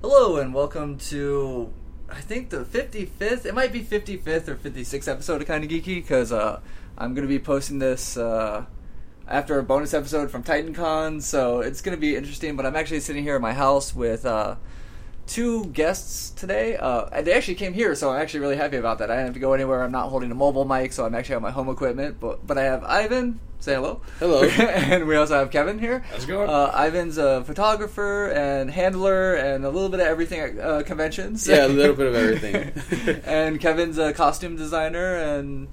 Hello and welcome to I think the 55th. It might be 55th or 56th episode of Kind of Geeky because uh, I'm going to be posting this uh, after a bonus episode from TitanCon, so it's going to be interesting. But I'm actually sitting here at my house with uh, two guests today. Uh, and they actually came here, so I'm actually really happy about that. I didn't have to go anywhere. I'm not holding a mobile mic, so I'm actually on my home equipment. But but I have Ivan. Say hello. Hello. and we also have Kevin here. How's it going? Uh, Ivan's a photographer and handler and a little bit of everything at uh, conventions. Yeah, a little bit of everything. and Kevin's a costume designer and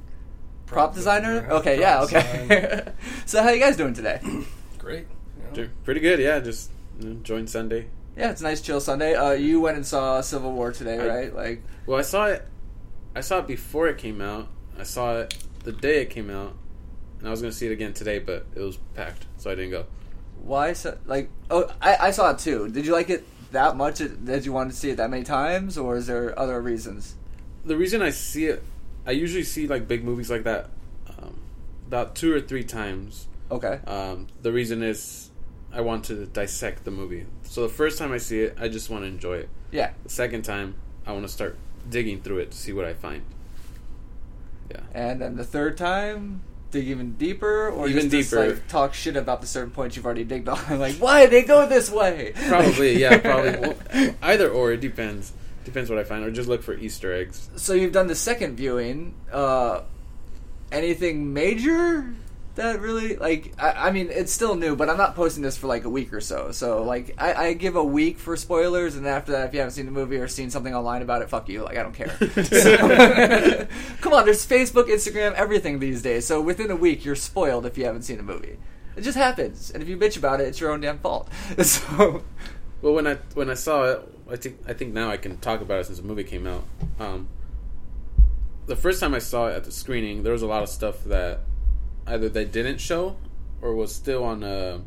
prop, Prop designer. designer, Okay, yeah, prop okay. design. so how you guys doing today? Great. you know. Dude, Pretty good, yeah. Just enjoying Sunday. Yeah, it's a nice chill Sunday. Uh, you went and saw Civil War today, I- right? Like, Well, I saw it. I saw it before it came out. I saw it the day it came out, and I was gonna see it again today, but it was packed, so I didn't go. why? So, like, oh, I, I saw it too. Did you like it that much? Did you want to see it that many times, or is there other reasons? The reason I see it, I usually see like big movies like that, um, about two or three times. Okay. Um, the reason is I want to dissect the movie. So the first time I see it, I just want to enjoy it. Yeah. The second time, I want to start digging through it to see what I find. Yeah. And then the third time, dig even deeper, or Even just, just, deeper. like talk shit about the certain points you've already digged on. like, why they go this way? Probably, yeah, probably. Well, either or, it depends. Depends what I find, or just look for Easter eggs. so you've done the second viewing. Uh, anything major that really like? I, I mean, it's still new, but I'm not posting this for like a week or so. So like, I, I give a week for spoilers, and after that, if you haven't seen the movie or seen something online about it, fuck you. Like, I don't care. So- come on, there's Facebook, Instagram, everything these days. So within a week, you're spoiled if you haven't seen a movie. It just happens, and if you bitch about it, it's your own damn fault. So, Well, when I when I saw it, I think I think now I can talk about it since the movie came out. Um, the first time I saw it at the screening, there was a lot of stuff that either they didn't show or was still on. A,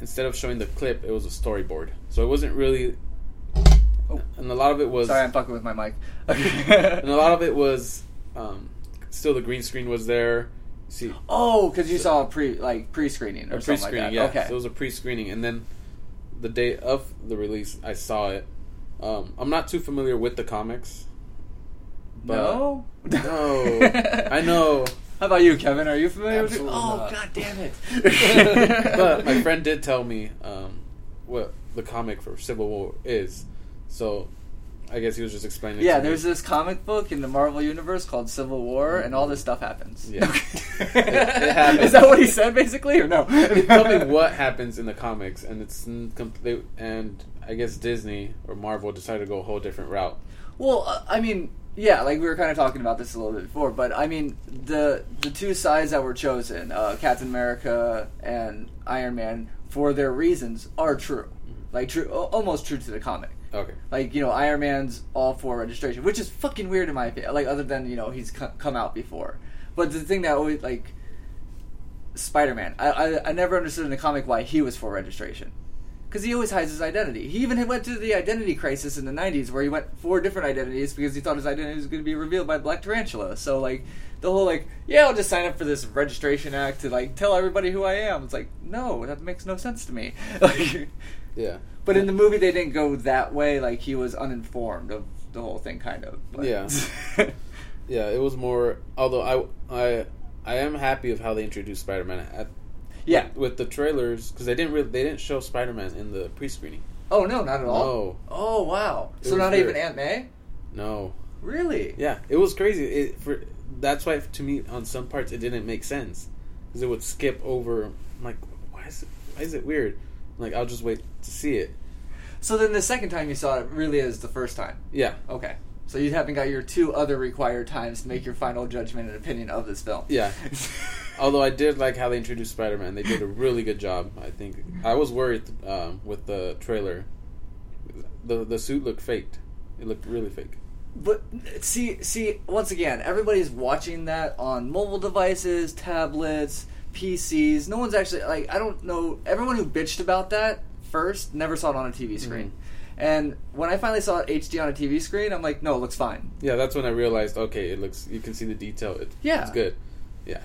instead of showing the clip, it was a storyboard, so it wasn't really. Oh. And a lot of it was. sorry, I'm fucking with my mic. and a lot of it was um, still the green screen was there. See, Oh, because you saw a pre like pre screening or a something pre-screening. like that. yeah, Okay. So it was a pre-screening, and then the day of the release, I saw it. Um, I'm not too familiar with the comics. no. No, I know, How about you, Kevin? Are you familiar Absolutely with it? Oh, not. god damn it! but my friend did tell me um, what the comic for Civil War is. So I guess he was just explaining. it Yeah, to me. there's this comic book in the Marvel universe called Civil War, and all this stuff happens. Yeah. it, it happens. Is that what he said basically, or no? he told me what happens in the comics, and it's n- complete. And I guess Disney or Marvel decided to go a whole different route. Well, uh, I mean, yeah, like we were kind of talking about this a little bit before, but I mean, the the two sides that were chosen, uh, Captain America and Iron Man, for their reasons, are true, like true, al- almost true to the comic. Okay. Like you know, Iron Man's all for registration, which is fucking weird in my opinion. Like other than you know he's co- come out before, but the thing that always like Spider Man, I, I I never understood in the comic why he was for registration, because he always hides his identity. He even went to the identity crisis in the '90s where he went four different identities because he thought his identity was going to be revealed by Black Tarantula. So like the whole like yeah, I'll just sign up for this registration act to like tell everybody who I am. It's like no, that makes no sense to me. Like, Yeah. but in the movie, they didn't go that way. Like he was uninformed of the whole thing, kind of. But. Yeah. Yeah, it was more. Although I, I, I am happy of how they introduced Spider Man at yeah. with the trailers because they didn't really they didn't show Spider Man in the pre screening. Oh no, not at all. No. Oh wow. It so was not weird. even Aunt May. No, Really? yeah, it was crazy. It for that's why to me on some parts it didn't make sense because it would skip over. I'm like, why is it why is it weird? Like I'll just wait to see it. So then the second time you saw it really is the first time. Yeah, Okay. So you haven't got your two other required times to make your final judgment and opinion of this film. yeah. Although I did like how they introduced Spider Man, they did a really good job. I think I was worried um, with the trailer. The the suit looked faked. It looked really fake. But see, see, once again, everybody's watching that on mobile devices, tablets, PCs. No one's actually like I don't know. Everyone who bitched about that first never saw it on a TV Mm-hmm. screen. And when I finally saw it HD on a TV screen, I'm like, no, it looks fine. Yeah, that's when I realized. Okay, it looks. You can see the detail. It, Yeah. it's good. Yeah,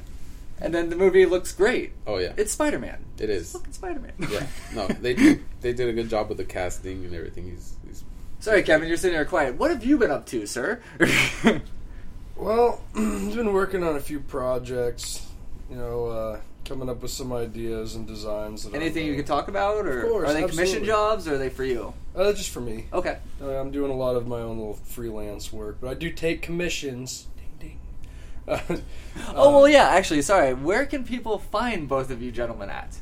and then the movie looks great. Oh yeah, It's Spider Man. it is. Fucking Spider Man. Yeah, no, they did, they did a good job with the casting and everything. He's, he's Sorry, Kevin, you're sitting there quiet. What have you been up to, sir? Well, he's been working on a few projects, you know, uh, coming up with some ideas and designs. That Anything you can could talk about, or Of course, are they commission absolutely. jobs, or are they for you? Uh, just for me. Okay. Uh, I'm doing a lot of my own little freelance work, but I do take commissions. Ding ding. Uh, oh well, yeah. Actually, sorry. Where can people find both of you gentlemen at?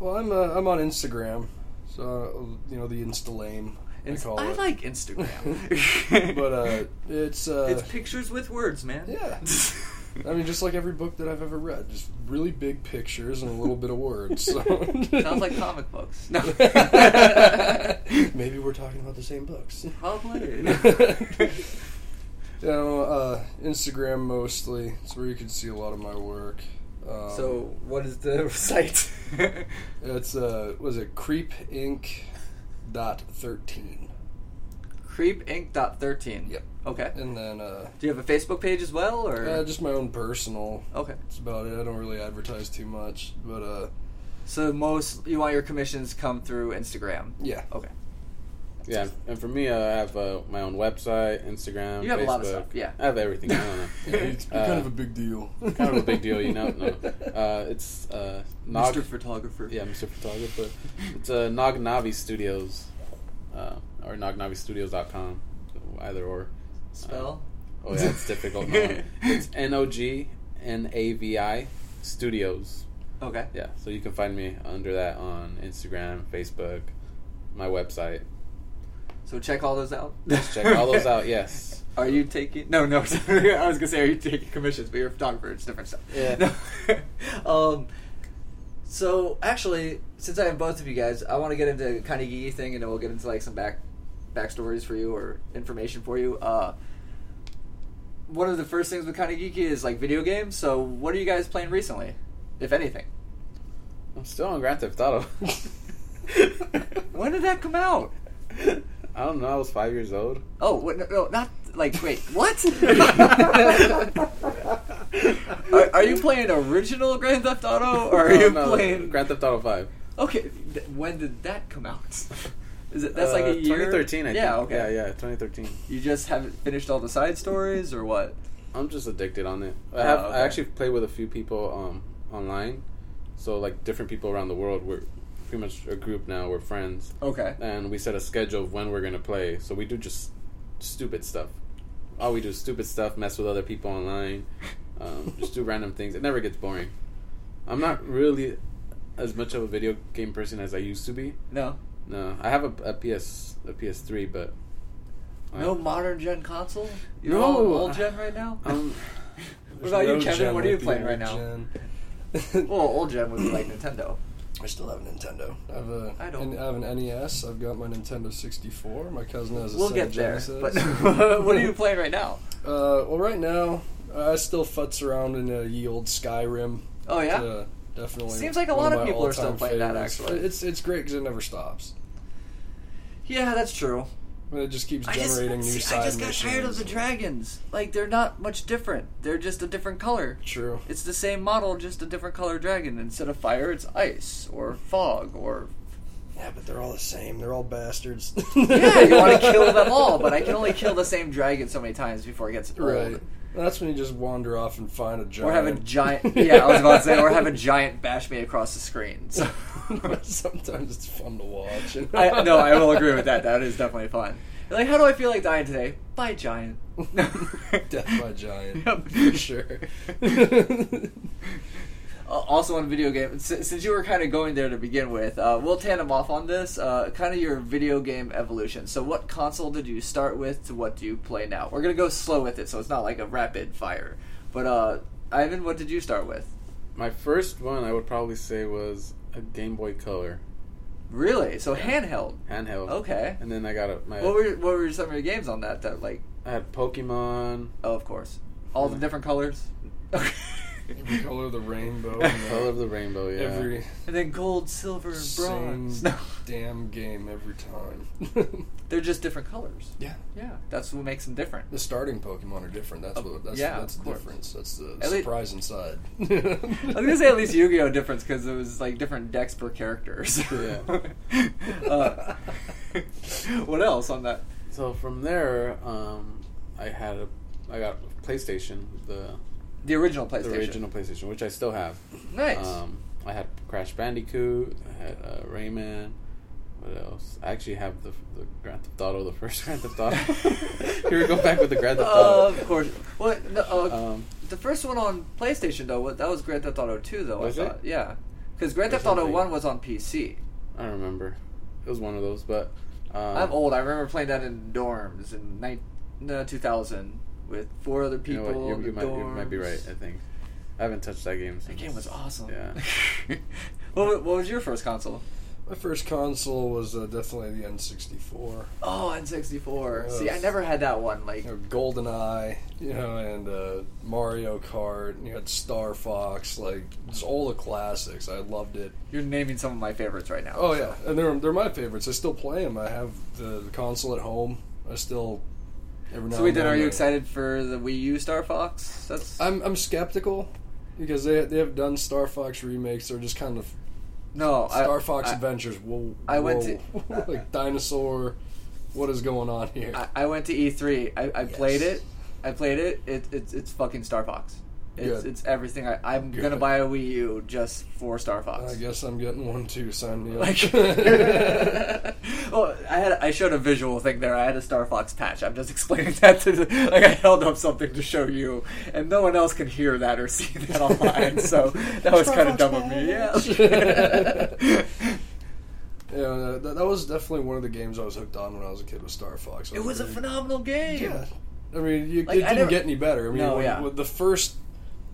Well, I'm uh, I'm on Instagram, so uh, you know the Insta lame. I Inst- call I it. like Instagram, but uh, it's uh, it's pictures with words, man. Yeah. I mean, just like every book that I've ever read, just really big pictures and a little bit of words. So. Sounds like comic books. No. Maybe we're talking about the same books. Probably. You know, uh, Instagram mostly. It's where you can see a lot of my work. Um, so, what is the site? it's uh, was it Creep Inc. Dot thirteen, Creepinc.13. Yep. Okay. and then uh, Do you have a Facebook page as well, or uh, just my own personal. okay? That's about it. I don't really advertise too much, but uh, So most you want your commissions come through Instagram. yeah. Okay. yeah. And for me, uh, I have uh, my own website, Instagram. You have a Facebook. lot of stuff, yeah. I have everything. I don't know. It's been Uh, kind of a big deal. kind of a big deal, you know. No, uh, it's uh, Nog. Mr. Photographer. Yeah, Mr. Photographer. It's uh, Nog Navi Studios, uh, or nognavistudios.com, either or. Spell. Oh yeah, it's difficult. No, it's N O G N A V I Studios. Okay. Yeah, so you can find me under that on Instagram, Facebook, my website. So check all those out. Check all those out. Yes. Are you taking? No, no. sorry. I was gonna say, are you taking commissions? But you're a photographer. It's different stuff. Yeah. No. um. So actually, since I have both of you guys, I want to get into kind of geeky thing, and then we'll get into like some back backstories for you or information for you. Uh. One of the first things with kind of geeky is like video games. So what are you guys playing recently, if anything? I'm still on Grand Theft Auto. When did that come out? I don't know. I was five years old. Oh, wait, no, no, not like wait, what? are, are you playing original Grand Theft Auto or Oh, are No, you no, playing? Grand Theft Auto Five? okay, th- when did that come out? Is it that's like Uh, a year? 2013, I yeah, think. okay. Yeah, yeah, 2013. You just haven't finished all the side stories or what? I'm just addicted on it. I Oh, have. okay. I actually play with a few people um, online, so like different people around the world. We're pretty much a group now. We're friends, Okay, and we set a schedule of when we're gonna play. So we do just stupid stuff. All we do is stupid stuff. Mess with other people online. Um, just do random things. It never gets boring. I'm not really as much of a video game person as I used to be. no, No, I have a, a PS a PS3, but I- no modern gen console. You're No. all old gen right now. um, What about you, There's no Kevin? gen What are you with the playing right old now? gen. well, old gen would be like Nintendo. I still have a Nintendo. I have a. I don't- I have an NES. I've got my Nintendo 64. My cousin has a We'll Sega get there. Genesis. But what are you playing right now? Uh, well, right now I still futz around in a ye old Skyrim. Oh yeah. Uh, definitely. Seems like a one lot of my people are still all-time playing that, favorites. actually. it's it's great because it never stops. Yeah, that's true. I mean, it just keeps I just, generating new see, side I just got tired of missions. the dragons. Like they're not much different. They're just a different color. True. It's the same model, just a different color dragon. Instead of fire, it's ice or fog or Yeah, but they're all the same. They're all bastards. yeah. You want to kill them all, but I can only kill the same dragon so many times before it gets old. Right. That's when you just wander off and find a giant. Or have a giant. Yeah, I was about to say, or have a giant bash me across the screen. So. Sometimes it's fun to watch. I, no, I will agree with that. That is definitely fun. Like, how do I feel like dying today? By giant. Death by giant. Yep. For sure. Uh, also on video game, si- since you were kind of going there to begin with, uh, we'll tandem off on this. Uh, kind of your video game evolution. So, what console did you start with? To what do you play now? We're gonna go slow with it, so it's not like a rapid fire. But uh, Ivan, what did you start with? My first one, I would probably say, was a Game Boy Color Really? So handheld. handheld. Okay. And then I got a, my. Oh. What were what were some of your games on that? That like, I had Pokemon. oh, of course, all the different colors. Every color of the rainbow. Color of the rainbow, yeah. Every and then gold, silver, and same bronze. No, damn game every time. they're just different colors. yeah. Yeah, that's what makes them different. The starting Pokemon are different. That's Of- what. That's, Oh, yeah, that's of the course. difference. That's the At lea- surprise inside. I was gonna say at least Yu-Gi-Oh difference because it was like different decks per character. so- Yeah. Uh, what else on that? So from there, um, I had a, I got a PlayStation, the, The original PlayStation. the original PlayStation, which I still have. Nice. Um, I had Crash Bandicoot. I had uh, Rayman. What else? I actually have the, the Grand Theft Auto, the first Grand Theft Auto. Here we go back with the Grand Theft Uh, Auto. of course. What? No, uh, Um, the first one on PlayStation though, what, that was Grand Theft Auto Two though. Was I it? thought. Yeah, because Grand Or Theft Auto something. One was on PC. I don't remember. It was one of those, but um, I'm old. I remember playing that in dorms in nine no, 2000 with four other You, know people. what, you- in the you might, you might be dorms. right. I think I haven't touched that game. That since- game was awesome. Yeah. what, wa- what was your first console? My first console was uh, definitely the N64. Oh, N64. See, I Yes. never had that one. Like, You know, GoldenEye, you know, and uh, Mario Kart. And you had Star Fox, like just all the classics. I loved it. you're naming some of my favorites right now. Oh yeah, and they're they're my favorites. I still play them. I have the, the console at home. I still every now. So we and did. then Are you I- excited for the Wii U Star Fox? That's I'm I'm skeptical because they they have done Star Fox remakes. They're just kind of no I- Star Fox I, Adventures. Whoa, I went whoa. like dinosaur. What is going on here? I, I went to E3. I, I Yes. played it. I played it. it it's it's fucking Star Fox. It's, Good. it's everything. I, I'm Good. gonna buy a Wii U just for Star Fox. I guess I'm getting one too. Sign me up. Like, well, I had I showed a visual thing there. I had a Star Fox patch. I'm just explaining that to the, like I held up something to show you, and no one else can hear that or see that online. So that was Star kind of Fox dumb of me. Yeah. patch. yeah, that, that was definitely one of the games I was hooked on when I was a kid with Star Fox. I it was a very- phenomenal game. Yeah. I mean, you, Like, it I didn't never- get any better. I mean, No, when- yeah. when the first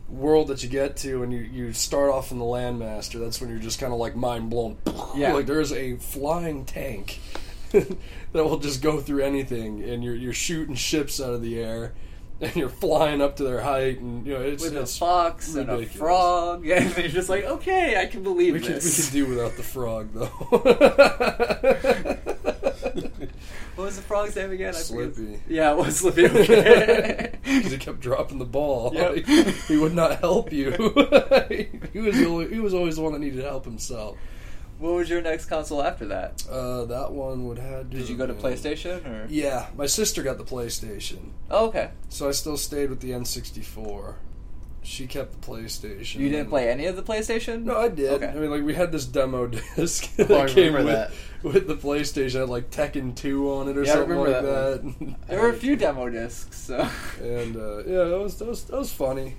world that you get to and you, you start off in the Landmaster, that's when you're just kind of like mind blown. Yeah. Like there's a flying tank that will just go through anything, and you're, you're shooting ships out of the air. And you're flying up to their height, and you know it's, With a it's fox and a ridiculous. frog, and you're just like, okay, I can believe We could, we this. could do without the frog, though. What was the frog's name again? I forget. Slippy. Yeah, it was Slippy. because he Okay. kept dropping the ball. Yep. Like, he would not help you. he was the only, he was always the one that needed help himself. what was your next console after that? Uh, that one would have. Did you go to PlayStation or? Yeah, my sister got the PlayStation, Oh, okay. so I still stayed with the N64. She kept the PlayStation. You didn't play any of the PlayStation? No, I did. Okay. Oh, I mean, like we had this demo disc I that came remember with, that. with the PlayStation. It had like Tekken 2 on it or Yeah, I something remember like that that. There were a few demo discs, so. and uh, yeah, that was that was that was funny.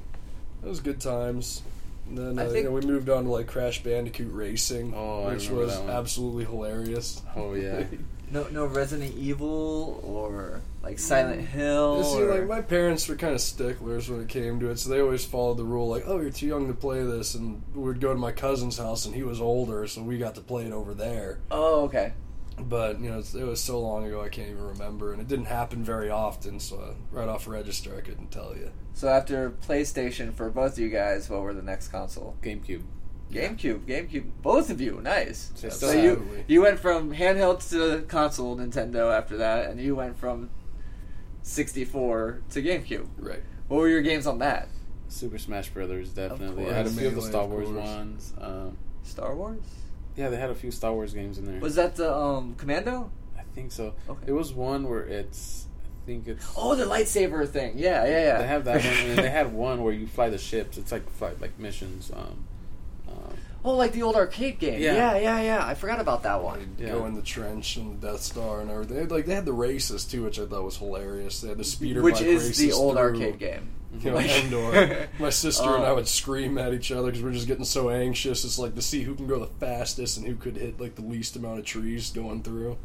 That was good times. And then I uh, you think- know, we moved on to like Crash Bandicoot Racing, Oh, I which remember was that one. absolutely hilarious. Oh yeah. No, no Resident Evil or like Silent Hill. Oh, You see, or- Mm. like my parents were kind of sticklers when it came to it, so they always followed the rule like, "Oh, you're too young to play this," and we'd go to my cousin's house, and he was older, so we got to play it over there. oh, okay. But you know, it's- it was so long ago I can't even remember, and it didn't happen very often. So uh, right off register, I couldn't tell you. So after PlayStation for both of you guys, what were the next console? GameCube. GameCube, GameCube, both of you, nice. So So sad. you you went from handheld to console Nintendo after that, and you went from 64 to GameCube. Right. What were your games on that? Super Smash Brothers definitely. course. I had a few of the Melee, Star of Wars course. ones. Um, Star Wars? yeah, they had a few Star Wars games in there. Was that the um, Commando? I think so. Okay. It was one where it's. I think it's. Oh, the lightsaber thing. Yeah, yeah, yeah. They have that one, and then they had one where you fly the ships. It's like fly, like missions. Um, um, oh, like the old arcade game. Yeah. yeah, yeah. yeah. I forgot about that one. They'd Yeah. go in the trench and the Death Star and everything. They'd, Like they had the races too, which I thought was hilarious. They had the speeder, which bike is races the old through, arcade game. You know, Like- Endor. My sister and I Oh. would scream at each other because we're just getting so anxious. It's like to see who can go the fastest and who could hit like the least amount of trees going through.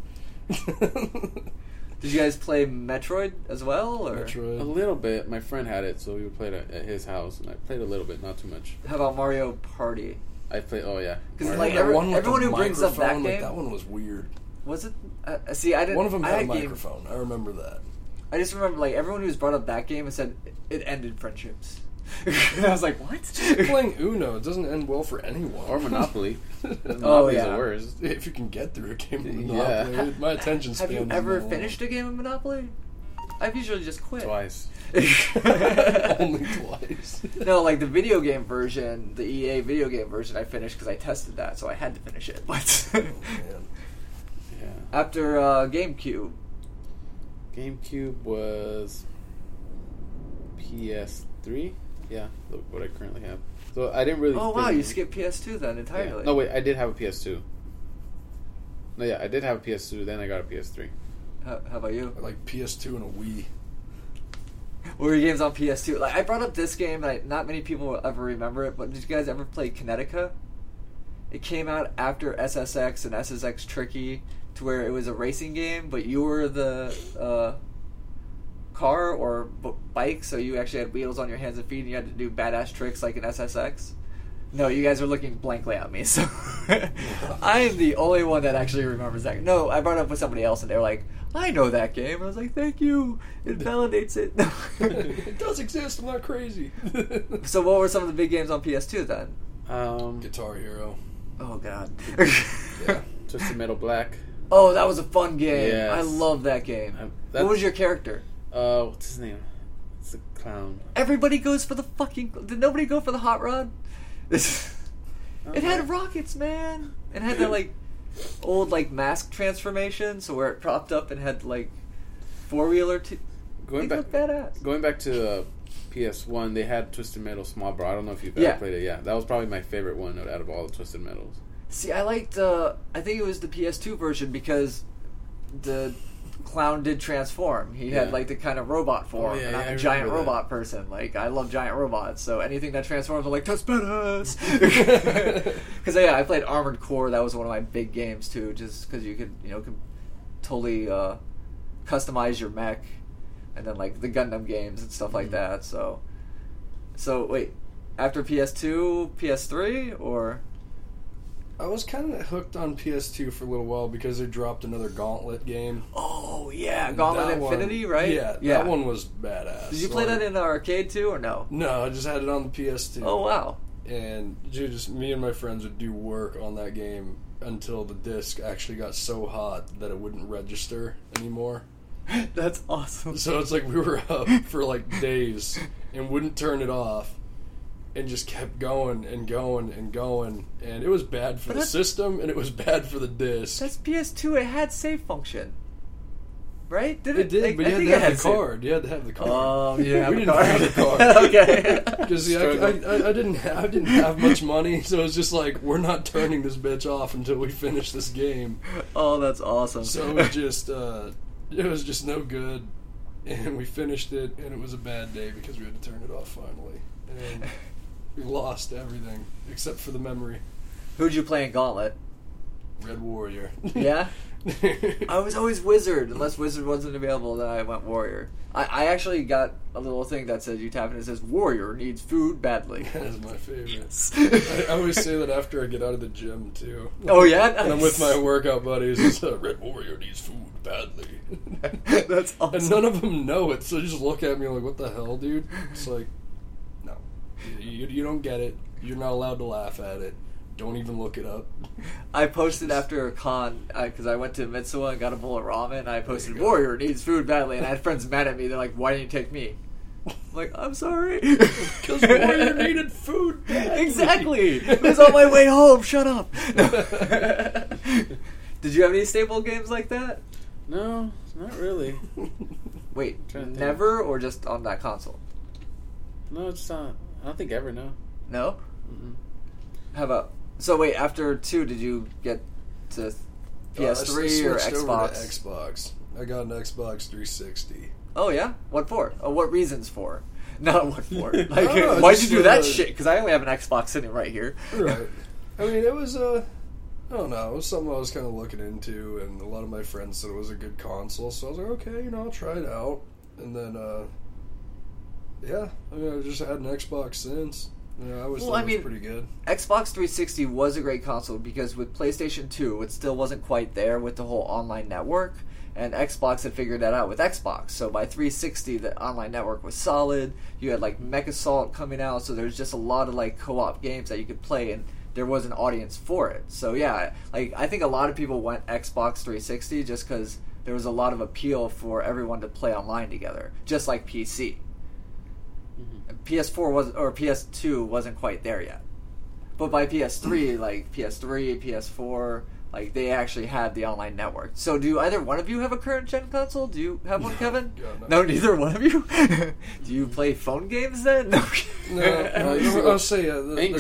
Did you guys play Metroid as well, or a Metroid. little bit. My friend had it, so we would play it at, at his house, and I played a little bit, not too much. how about Mario Party? I played. Oh yeah, 'Cause, Mario like, Kart. That every- one with everyone the who brings up that microphone, like, game- that one was weird. Was it? Uh, see, I didn't. One of them I had a game- microphone. I remember that. I just remember like everyone who's brought up that game and said it ended friendships. and I was like, what? Playing Uno it doesn't end well for anyone. or Monopoly. oh Monopoly's yeah. the worst. if you can get through a game of Yeah. Monopoly, my attention span. Have you is ever low. finished a game of Monopoly? I've usually just quit. Twice. Only twice. No, like the video game version, the EA video game version, I finished because I tested that, so I had to finish it. But Man. Yeah. after uh, GameCube, GameCube was PS3. Yeah, the- what I currently have. So I didn't really. oh wow, you skipped skip. PS2 then Yeah. entirely. No, wait, I did have a PS2. No, yeah, I did have a PS2. Then I got a PS3. How, how about you? I like PS2 and a Wii. What were your games on PS2? Like I brought up this game, like not many people will ever remember it. But did you guys ever play Kinetica? It came out after SSX and SSX Tricky, to where it was a racing game, but you were the uh, car or b- bike, so you actually had wheels on your hands and feet, and you had to do badass tricks like in SSX. No, you guys are looking blankly at me, so I am the only one that actually remembers that. No, I brought it up with somebody else, and they were like, "I know that game." I was like, "Thank you, it validates it." it does exist. I'm not crazy. so, what were some of the big games on PS2 then? Um, Guitar Hero. Oh God. Yeah. Twisted Metal Black. Oh, that was a fun game. Yes. I love that game. Um, what that's- was your character? Uh, what's his name? It's the clown. Everybody goes for the fucking. Did nobody go for the hot rod? it Uh-huh. had rockets, man. It had that like old like mask transformation, so where it propped up and had like four wheeler. T- Going They look back, badass. going back to uh, PS One, they had Twisted Metal Small Bro. I don't know if you've Yeah. ever played it. Yeah, that was probably my favorite one out of all the Twisted Metals. See, I liked. Uh, I think it was the PS2 version because the clown did transform. He had Yeah. Oh, like the kind of robot form. yeah, and yeah, I'm I a giant remember that. robot person. Like I love giant robots. So anything that transforms, I'm like that's badass. Because yeah, I played Armored Core. That was one of my big games too. Just because you could you know could totally uh, customize your mech, and then like the Gundam games and stuff like Mm-hmm. that. So, so wait, after PS2, PS3, or I was kind of hooked on PS2 for a little while because they dropped another Gauntlet game. Oh yeah, Gauntlet That one- Infinity, right? Yeah, that one was badass. Did you play Like- that in the arcade too, or no? No, I just had it on the PS2. Oh wow. and dude, just me and my friends would do work on that game until the disc actually got so hot that it wouldn't register anymore. That's awesome. So it's like we were up for like days and wouldn't turn it off and just kept going and going and going and it was bad for But the that's- system and it was bad for the disc. That's PS2. It had save function, right? Did it? It did, Like, but I you had think to it have the save- card. You had to have the card. Oh yeah, we didn't have Um, the card. okay. Because yeah, I, I, I didn't have, I didn't have much money, so it's just like we're not turning this bitch off until we finish this game. oh, that's awesome. So it was just uh, it was just no good, and we finished it, and it was a bad day because we had to turn it off finally, and we lost everything except for the memory. Who'd you play in Gauntlet? Red Warrior. Yeah. I was always wizard, unless wizard wasn't available. Then I went warrior. I, I actually got a little thing that says you tap it. and It says warrior needs food badly. That is my favorite. I, I always say that after I get out of the gym too. Oh yeah, And I'm with my workout buddies. It's uh, Red Warrior needs food badly. That's awesome. And none of them know it, so they just look at me like, "What the hell, dude?" It's like, no, you, you don't get it. You're not allowed to laugh at it. Don't even look it up. I posted after a con because I went to Mitsuwa and got a bowl of ramen. And I posted go. Warrior needs food badly, and I had friends mad at me. They're like, "Why didn't you take me?" I'm like, "I'm sorry." Because Because Warrior needed food. badly. exactly. It was on my way home. Shut up. No. Did you have any staple games like that? No, not really. Wait, trying to think. never or just on that console? No, it's not. I don't think ever. No. No. Mm-mm. How about so? Wait, after two, did you get to Uh, I s- PS3 or switched Xbox? Over to Xbox. I got an Xbox 360. Oh yeah, what for? Oh, what reasons for? Not what for. Like, Oh, why'd you just, do that uh, shit? Because I only have an Xbox sitting right here. Right. I mean, it was Uh, I don't know. It was something I was kind of looking into, and a lot of my friends said it was a good console, so I was like, okay, you know, I'll try it out. And then, uh, yeah, I mean, I just had an Xbox since. Yeah, I always Well, thought I it was mean- pretty good. Xbox 360 was a great console because with PlayStation 2, it still wasn't quite there with the whole online network, and Xbox had figured that out with Xbox. So by 360, the online network was solid. You had like Mech Assault coming out, so there's just a lot of like co-op games that you could play, and there was an audience for it. So yeah, like I think a lot of people went Xbox 360 just because there was a lot of appeal for everyone to play online together, just like PC. PS4 was or PS2 wasn't quite there yet, but by PS3, like PS3, PS4, like they actually had the online network. So, do either one of you have a current gen console? Do you have one, Kevin? God, no. no. neither one of you. do you play phone games then? No. No, no, you know, I'll say uh, the, Angry the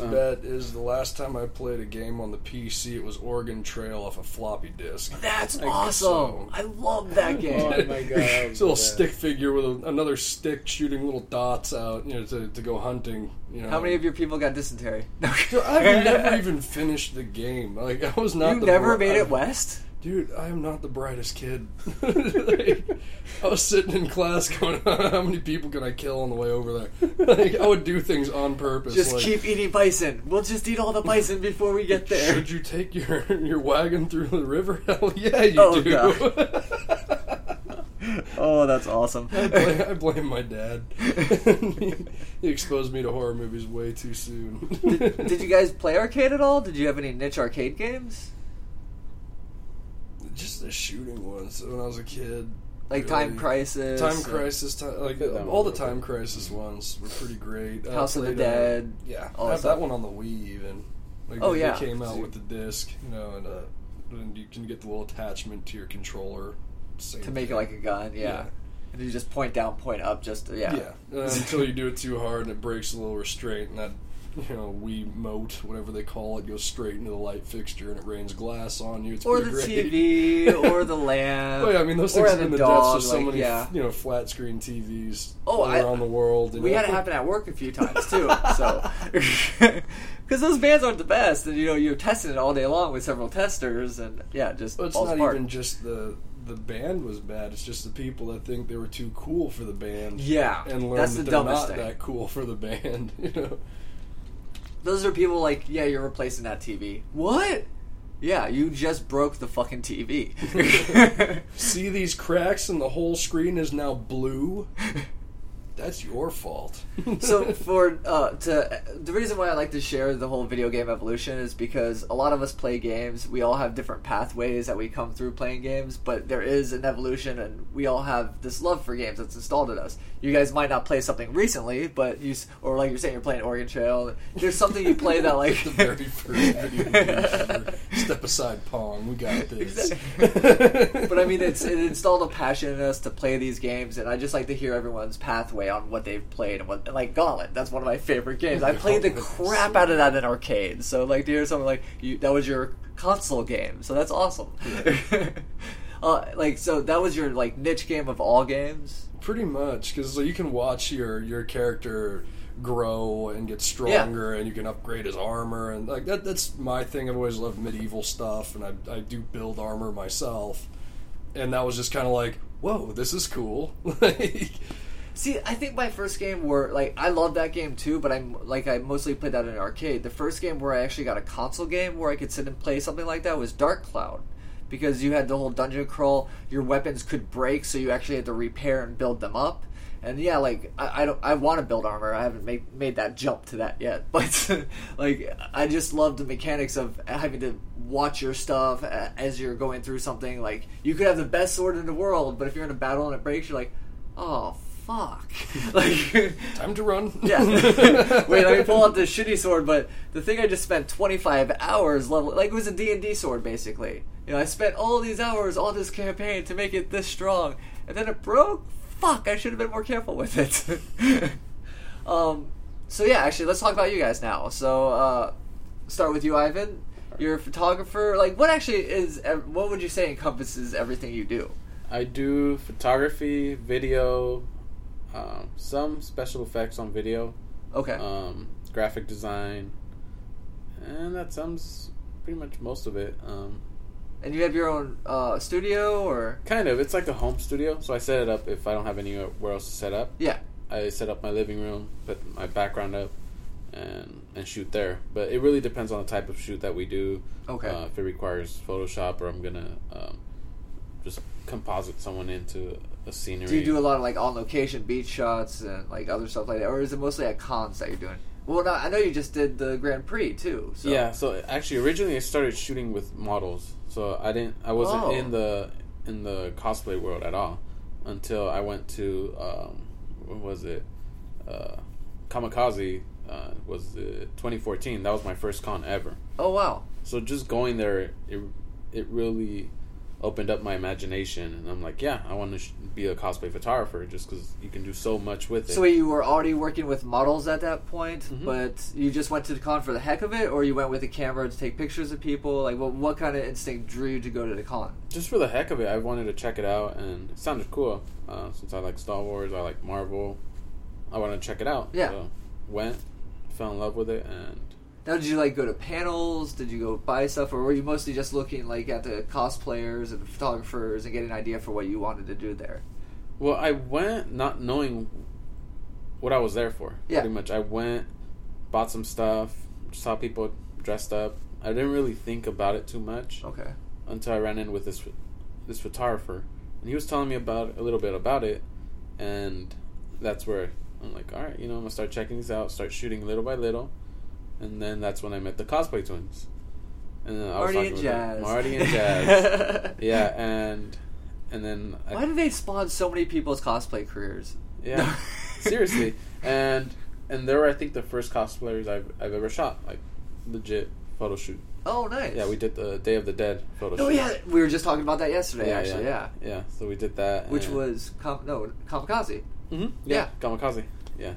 Birds, um, bet is the last time I played a game on the PC, it was Oregon Trail off a floppy disk. That's I awesome. guess so. I love that Oh game. my god! I It's a little love that. stick figure with a, another stick shooting little dots out, you know, to, to go hunting. You know, How many of your people got dysentery? No. Dude, I've never even finished the game. Like I was not. you the never bri- made I- it west. dude. I am not the brightest kid. Like, I was sitting in class going, "How many people can I kill on the way over there?" Like I would do things on purpose. Just like, keep eating bison. We'll just eat all the bison before we get there. Should you take your your wagon through the river? Hell yeah, you Oh, do. God. Oh, that's awesome. I, blame, I blame my dad. he, he exposed me to horror movies way too soon. did, did you guys play arcade at all? Did you have any niche arcade games? Just the shooting ones when I was a kid. Like Time Really? Crisis, Time and Crisis, time, like That one all the was Time good. Crisis ones were pretty great. I House of the played, uh, Dead. yeah, all I that have stuff. that one on the Wii even. Like, Oh, they yeah. came out Dude. with the disc, you know, and uh, and you can get the little attachment to your controller. Same to make it thing. like a gun. Yeah. Yeah. and you just point down, point up. Just yeah. Yeah, uh, until you do it too hard and it breaks a little restraint, and that you know we moat whatever they call it goes straight into the light fixture and it rains glass on you. It's Or the pretty great. TV, or the lamp. Well, yeah, I mean those or things have the been the dog, deaths of so like, many yeah. you know flat screen TVs Oh, all I- around the world. you We know? had it happen at work a few times too. So, because those bands aren't the best, and you know you're testing it all day long with several testers, and yeah, it just But it's falls not apart. even just the the band was bad. It's just the people that think they were too cool for the band. Yeah, and learn that's that the they're dumbest not thing. that cool for the band. You know, Those are people like, yeah, you're replacing that TV. What? Yeah, you just broke the fucking TV. see these cracks and the whole screen is now blue. That's your fault. so for uh, to the reason why I like to share the whole video game evolution is because a lot of us play games. We all have different pathways that we come through playing games, but there is an evolution, and we all have this love for games that's installed in us. You guys might not play something recently, but you s- or like you're saying you're playing Oregon Trail. There's something you play that like the very first video game ever. Step aside, Pong. We got this. but I mean, it's it installed a passion in us to play these games, and I just like to hear everyone's pathway on what they've played and what and, like Gauntlet. That's one of my favorite games. I played the Oh, Gauntlet is crap so out of that in arcade. So like to hear someone like you, that was your console game. So that's awesome. uh, like so that was your like niche game of all games. Pretty much, because you can watch your your character grow and get stronger, and you can upgrade his armor, and like that. That's my thing. I've always loved medieval stuff, and I I do build armor myself, and that was just kind of like, whoa, this is cool. like, See, I think my first game where like I love that game too, but I'm like I mostly played that in an arcade. The first game where I actually got a console game where I could sit and play something like that was Dark Cloud, because you had the whole dungeon crawl. Your weapons could break, so you actually had to repair and build them up. And yeah, like I, I don't, I want to build armor. I haven't made made that jump to that yet, but like I just love the mechanics of having to watch your stuff a- as you're going through something. Like you could have the best sword in the world, but if you're in a battle and it breaks, you're like, oh fuck like time to run. yeah wait let me pull out this shitty sword but the thing i just spent 25 hours level like it was a d&d sword basically you know i spent all these hours on this campaign to make it this strong and then it broke fuck i should have been more careful with it um so yeah actually let's talk about you guys now so uh start with you ivan you're a photographer like what actually is what would you say encompasses everything you do I do photography, video, um, some special effects on video, okay um, graphic design, and that sums pretty much most of it. Um, and you have your own uh studio or kind of, it's like a home studio, so I set it up if I don't have anywhere else to set up. Yeah. I set up my living room, put my background up, and and shoot there. But it really depends on the type of shoot that we do. Okay. Uh, if it requires Photoshop, or I'm gonna um, just composite someone into a scenery. Do you do a lot of like on location beach shots and like other stuff like that, or is it mostly at cons that you're doing? Well, no, I know you just did the Grand Prix too. So. Yeah, so actually, originally I started shooting with models, so I didn't, I wasn't Oh. in the in the cosplay world at all until I went to um, what was it, uh, Kamikaze uh, was the 2014. That was my first con ever. Oh wow. So just going there, it it really opened up my imagination, and I'm like, yeah, I want to sh- be a cosplay photographer just because you can do so much with it. So wait, you were already working with models at that point, Mhm. but you just went to the con for the heck of it, or you went with a camera to take pictures of people? Like, what what kind of instinct drew you to go to the con? just for the heck of it, I wanted to check it out, and it sounded cool. Uh, since I like Star Wars, I like Marvel, I wanted to check it out. Yeah. So went, fell in love with it, and Now, did you like go to panels? Did you go buy stuff, or were you mostly just looking like at the cosplayers and photographers and getting an idea for what you wanted to do there? well, I went not knowing what I was there for. Yeah. Pretty much, I went, bought some stuff, saw people dressed up. I didn't really think about it too much Okay. until I ran in with this this photographer, and he was telling me about a little bit about it, and that's where I'm like, all right, you know, I'm gonna start checking these out, start shooting little by little, and then that's when I met the cosplay twins, and then I was Marty talking and with them- Jazz. Marty and Jazz, yeah, and and then Why do they spawn so many people's cosplay careers? yeah, seriously, and and they were I think the first cosplayers I've I've ever shot, like legit photo shoot. Oh, nice. Yeah, we did the Day of the Dead photo shoot. Oh yeah, we were just talking about that yesterday. Yeah, actually, yeah. yeah, So we did that, Which and- was com- no kamikaze, hmm Yeah. Yeah. Kamikaze. Yeah.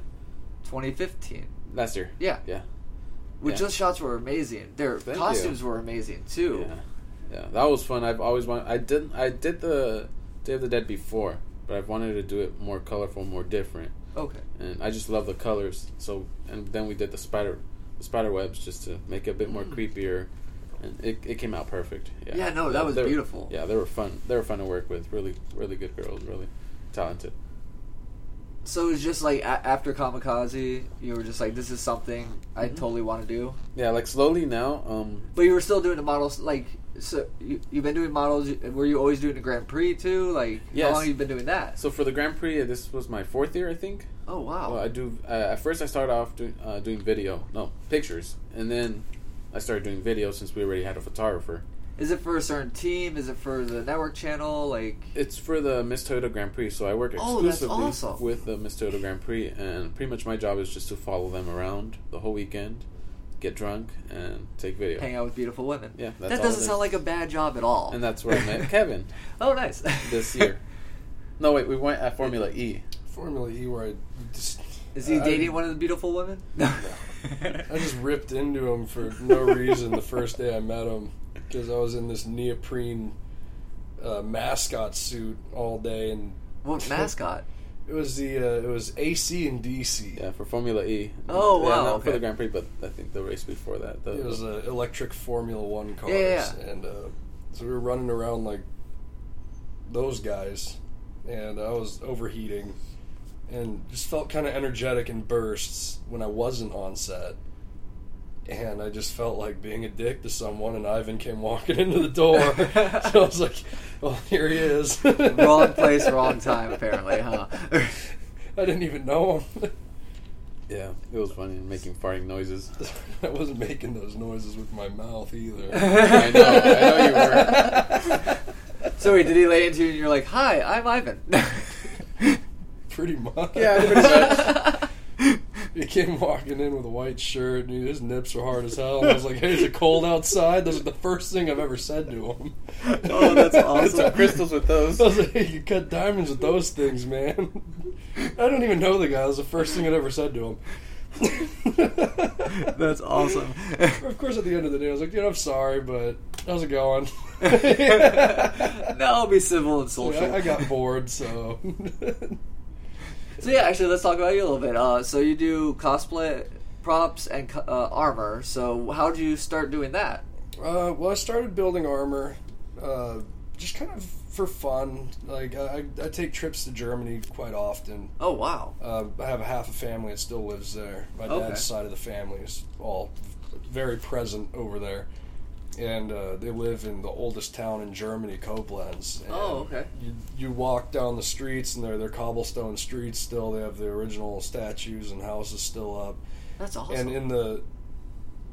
2015. Last year. Yeah. Yeah. Which Yeah. those shots were amazing. Their Thank costumes were amazing too. Yeah. Yeah. That was fun. I've always wanted. I did. I did the Day of the Dead before, but I've wanted to do it more colorful, more different, Okay. and I just love the colors. So, and then we did the spider, the spider webs, just to make it a bit more Mm. creepier, and it, it came out perfect. Yeah. Yeah, no, that was they were- beautiful. Yeah, they were fun. They were fun to work with. Really, really good girls. Really talented. So it was just like a- after kamikaze, you were just like, "This is something I Mhm. totally want to do." Yeah. Like slowly now. Um. But you were still doing the models, like so. You, you've been doing models. you- Were you always doing the Grand Prix too? Like Yes. how long have you been doing that? So for the Grand Prix, this was my fourth year, I think. Oh wow. Well, I do. Uh, at first, I started off doing, uh, doing video, no pictures, and then I started doing video since we already had a photographer. Is it for a certain team? Is it for the network channel? Like It's for the Miss Toyota Grand Prix, so I work Oh, that's exclusively awesome. with the Miss Toyota Grand Prix, and pretty much my job is just to follow them around the whole weekend, get drunk, and take video. hang out with beautiful women. Yeah, that's that all it doesn't is. sound like a bad job at all. And that's where I met Kevin oh, nice. this year. No, wait, we went at Formula E. Formula E, where I just Is Uh, he I- dating one of the beautiful women? No. I just ripped into him for no reason the first day I met him because I was in this neoprene uh, mascot suit all day, and what mascot? it was the uh, it was AC and DC. Yeah, for Formula E. Oh, yeah, wow, Not for okay. the Grand Prix, but I think the race before that. The, It was uh, electric Formula One cars, Yeah, yeah. and uh, so we were running around like those guys, and I was overheating, and just felt kind of energetic in bursts when I wasn't on set, and I just felt like being a dick to someone, and Ivan came walking into the door, so I was like, "Well, here he is." wrong place, wrong time. Apparently, huh? I didn't even know him. yeah, it was funny making farting noises. I wasn't making those noises with my mouth either. I know, I know you were. so wait, did he lay into you and you're like, "Hi, I'm Ivan." Pretty much. Yeah, pretty much. He came walking in with a white shirt, and his nips were hard as hell. And I was like, "Hey, is it cold outside?" That's the first thing I've ever said to him. Oh, that's awesome. Some crystals with those. I was like, "Hey, you cut diamonds with those things, man." I don't even know the guy. That was the first thing I'd ever said to him. That's awesome. Of course, at the end of the day, I was like, "Dude, I'm sorry, but how's it going?" no, be civil and I, social. I got bored, so So yeah, actually, let's talk about you a little bit. Uh, so you do cosplay props and co- uh, armor. So how did you start doing that? Uh, well, I started building armor, uh, just kind of for fun. Like I, I I take trips to Germany quite often. Oh wow. Uh, I have half a family that still lives there. My Okay. dad's side of the family is all very present over there, and uh, they live in the oldest town in Germany, Koblenz. And Oh, okay. You, you walk down the streets, and they're they're cobblestone streets still. They have the original statues and houses still up. That's awesome. And in the,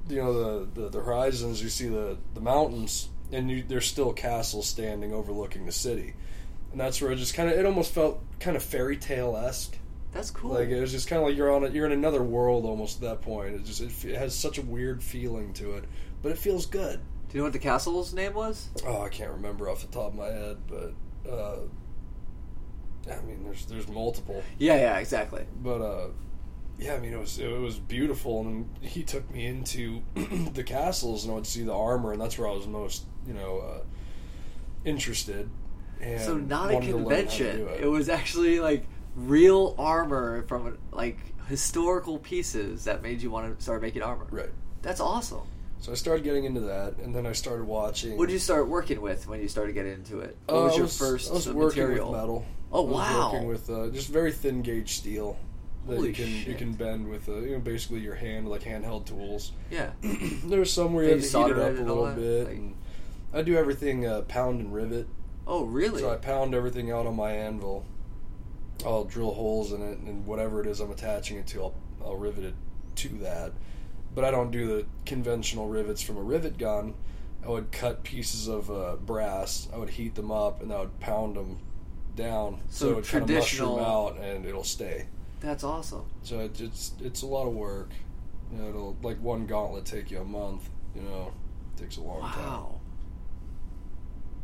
you know, the, the, the horizons, you see the, the mountains, and you, there's still castles standing overlooking the city. And that's where it just kind of, it almost felt kind of fairy tale esque. That's cool. Like it was just kind of like you're on a, you're in another world almost at that point. It just it, f- it has such a weird feeling to it, but it feels good. Do you know what the castle's name was? Oh, I can't remember off the top of my head, but uh, I mean, there's there's multiple. Yeah, yeah, exactly. but uh yeah i mean it was it was beautiful and he took me into the castles and i would see the armor and that's where i was most you know uh interested and so not a wanted to learn how to convention. do It. was actually like real armor from like historical pieces that made you want to start making armor. right That's awesome. so i started getting into that and then i started watching What did you start working with when you started getting into it? What Uh, was I your first I was uh, working material? with metal Oh, I was wow. working with uh, just very thin gauge steel that Holy you can you shit. can bend with uh, you know basically your hand like handheld tools Yeah. there was some where you They had to heat soldered it up it a and little all that? bit Like- and i do everything uh, pound and rivet Oh, really? So I pound everything out on my anvil. I'll drill holes in it, and whatever it is I'm attaching it to, I'll, I'll rivet it to that. But I don't do the conventional rivets from a rivet gun. I would cut pieces of uh, brass. I would heat them up, and I would pound them down so, So it would kind of mushroom traditional- out, and it'll stay. That's awesome. So it, it's it's a lot of work. You know, it'll like one gauntlet take you a month. You know, takes a long time. Wow.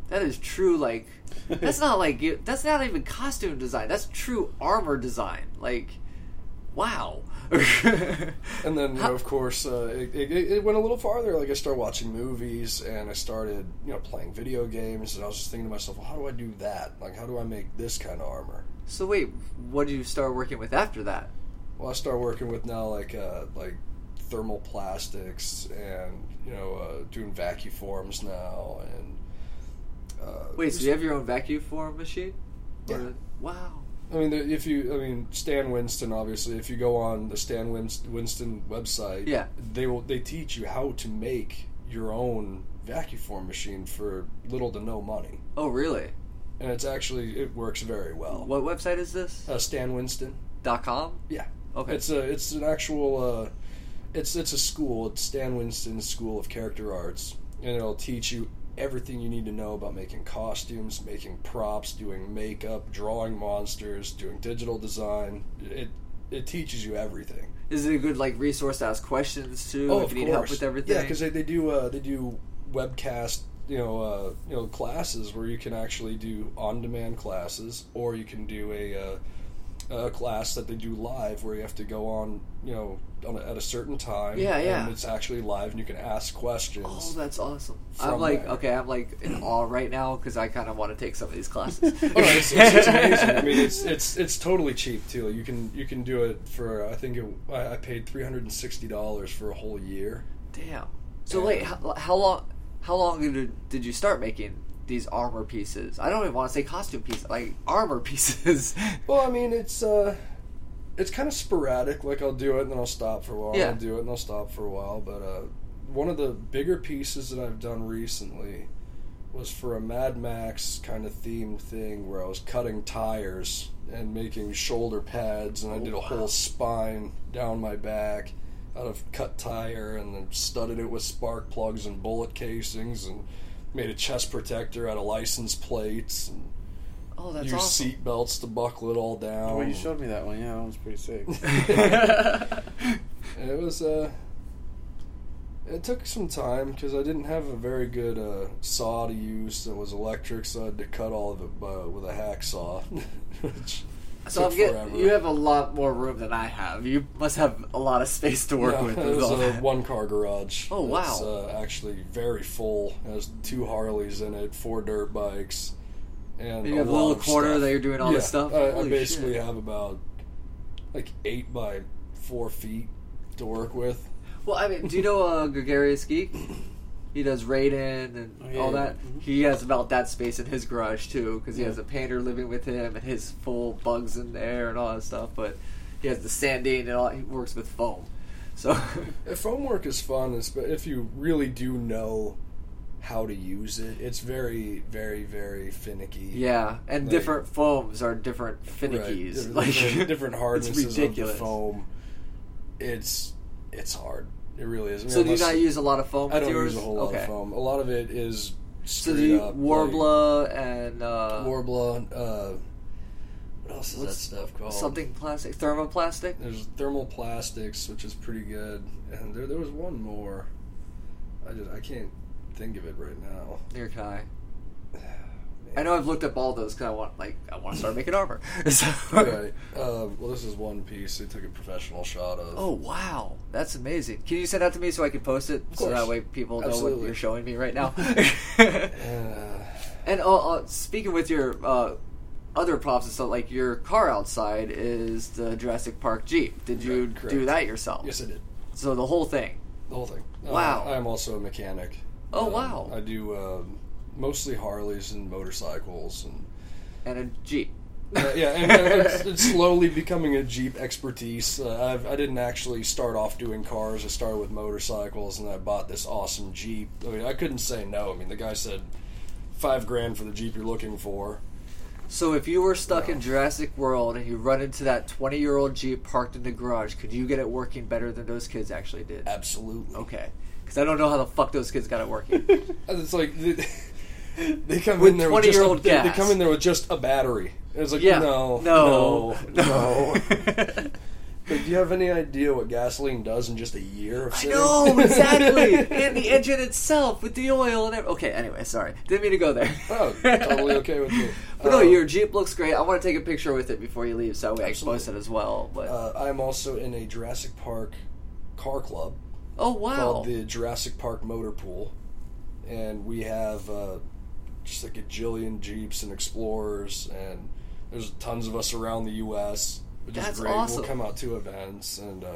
That is true. Like, that's not like you- that's not even costume design. That's true armor design. Like, wow. And then, you How- know, of course, uh, it, it, it went a little farther. Like, I started watching movies and I started, you know, playing video games. And I was just thinking to myself, well, how do I do that? Like, how do I make this kind of armor? so wait, what do you start working with after that? Well, I started working with now, like, uh, like thermal plastics and, you know, uh, doing vacuforms now. And, uh, Wait, so you have your own vacuum form machine? Yeah. Or- Wow. I mean, if you, I mean, Stan Winston. Obviously, if you go on the Stan Wins- Winston website, Yeah. they will they teach you how to make your own vacuform machine for little to no money, Oh, really? and it's actually it works very well. What website is this? Uh, Stan Winston, Dot .com? yeah, Okay. it's a it's an actual uh, it's it's a school. It's Stan Winston School of Character Arts, and it'll teach you everything you need to know about making costumes, making props, doing makeup, drawing monsters, doing digital design. It it teaches you everything. is it a good like resource to ask questions to if you need help with everything? Oh, Yeah, because they, they do uh, they do webcast you know uh, you know classes where you can actually do on demand classes, or you can do a uh, a class that they do live where you have to go on you know on a, at a certain time. Yeah, yeah. And it's actually live, and you can ask questions. Oh, that's awesome! I'm From like, there. okay, I'm like in awe right now because I kind of want to take some of these classes. Oh, it's, it's, it's amazing. I mean, it's it's it's totally cheap too. You can you can do it for I think it, I I paid three hundred and sixty dollars for a whole year. Damn. So Yeah. like, how, how long? How long did did you start making these armor pieces? I don't even want to say costume pieces, like armor pieces. Well, I mean, it's uh, it's kind of sporadic. Like I'll do it and then I'll stop for a while. Yeah. I'll do it and I'll stop for a while. But uh, one of the bigger pieces that I've done recently was for a Mad Max kind of themed thing where I was cutting tires and making shoulder pads, and I Oh, did a wow. whole spine down my back out of cut tire, and then studded it with spark plugs and bullet casings, and made a chest protector out of license plates, and Oh, that's used awesome. seat belts to buckle it all down. Well, you Oh. showed me that one. Yeah, that was pretty sick. And it was uh it took some time because I didn't have a very good uh, saw to use that was electric, so I had to cut all of it by, with a hacksaw. which so took I'm getting, forever. you have a lot more room than I have. You must have a lot of space to work No, with. It with was all a that. one-car garage. Oh, that's, wow. uh, actually very full. It has two Harleys in it, four dirt bikes, and You a have a lot little of corner stuff. that you're doing all yeah, this stuff? I, I Holy basically shit. have about like eight by four feet to work with. Well, I mean, do you know uh, Gregarious Geek? He does Raiden and Oh, yeah, all yeah. that. Mm-hmm. Mhm. He has about that space in his garage too, because he Yeah. has a painter living with him and his full bugs in there and all that stuff. But he has the sanding and all. He works with foam, so If homework is fun, it's- but if you really do know how to use it. It's very, very, very finicky. Yeah, and Like- different foams are different Right. finickies. Different- Like different, different hardnesses It's ridiculous. of the foam. It's it's hard. It really is. I mean, So do you unless- not use a lot of foam? I with don't yours? use a whole lot okay. of foam. A lot of it is So straight do you up, like, Warbler and uh, Warbler. Uh, what else is that What's stuff called? something plastic, thermoplastic. There's thermoplastics, which is pretty good, and there there was one more. I just I can't think of it right now. Near Kai. Man. I know I've looked up all those because I want like I want to start making armor. So- Right. Uh, well, this is one piece they took a professional shot of. Oh wow, that's amazing! Can you send that to me so I can post it so course. that way people know what Absolutely. you're showing me right now? Uh, and uh, uh, speaking with your uh, other props and stuff, like your car outside is the Jurassic Park Jeep. Did you Correct, correct. do that yourself? yes, I did. So the whole thing. The whole thing. Wow. Uh, I'm also a mechanic. Oh Um, wow, I do uh, mostly Harleys and motorcycles, and and a Jeep. Uh, yeah, and, and it's, it's slowly becoming a Jeep expertise. Uh, I've, I didn't actually start off doing cars. I started with motorcycles, and I bought this awesome Jeep. I mean, I couldn't say no. I mean, the guy said five grand for the Jeep you're looking for. So if you were stuck in Jurassic World and you run into that 20 year old Jeep parked in the garage, could you get it working better than those kids actually did? Absolutely. Okay. Because I don't know how the fuck those kids got it working. And It's like they, they come With in there with just a, 20-year-old they, they gas. come in there with just a battery. And it's like yeah. no, No. no, no. Like, do you have any idea what gasoline does in just a year? Of I sitting? know, exactly. and the engine itself with the oil and everything. Okay, anyway, sorry. Didn't mean to go there. Oh, totally okay with me. But no, Um, your Jeep looks great. I want to take a picture with it before you leave so that way I can post it Absolutely. as well. But Uh, I'm also in a Jurassic Park car club Oh, wow. called the Jurassic Park Motor Pool, and we have uh, just like a jillion Jeeps and Explorers, and there's tons of us around the U.S. Which That's is great. awesome. We'll come out to events, and uh,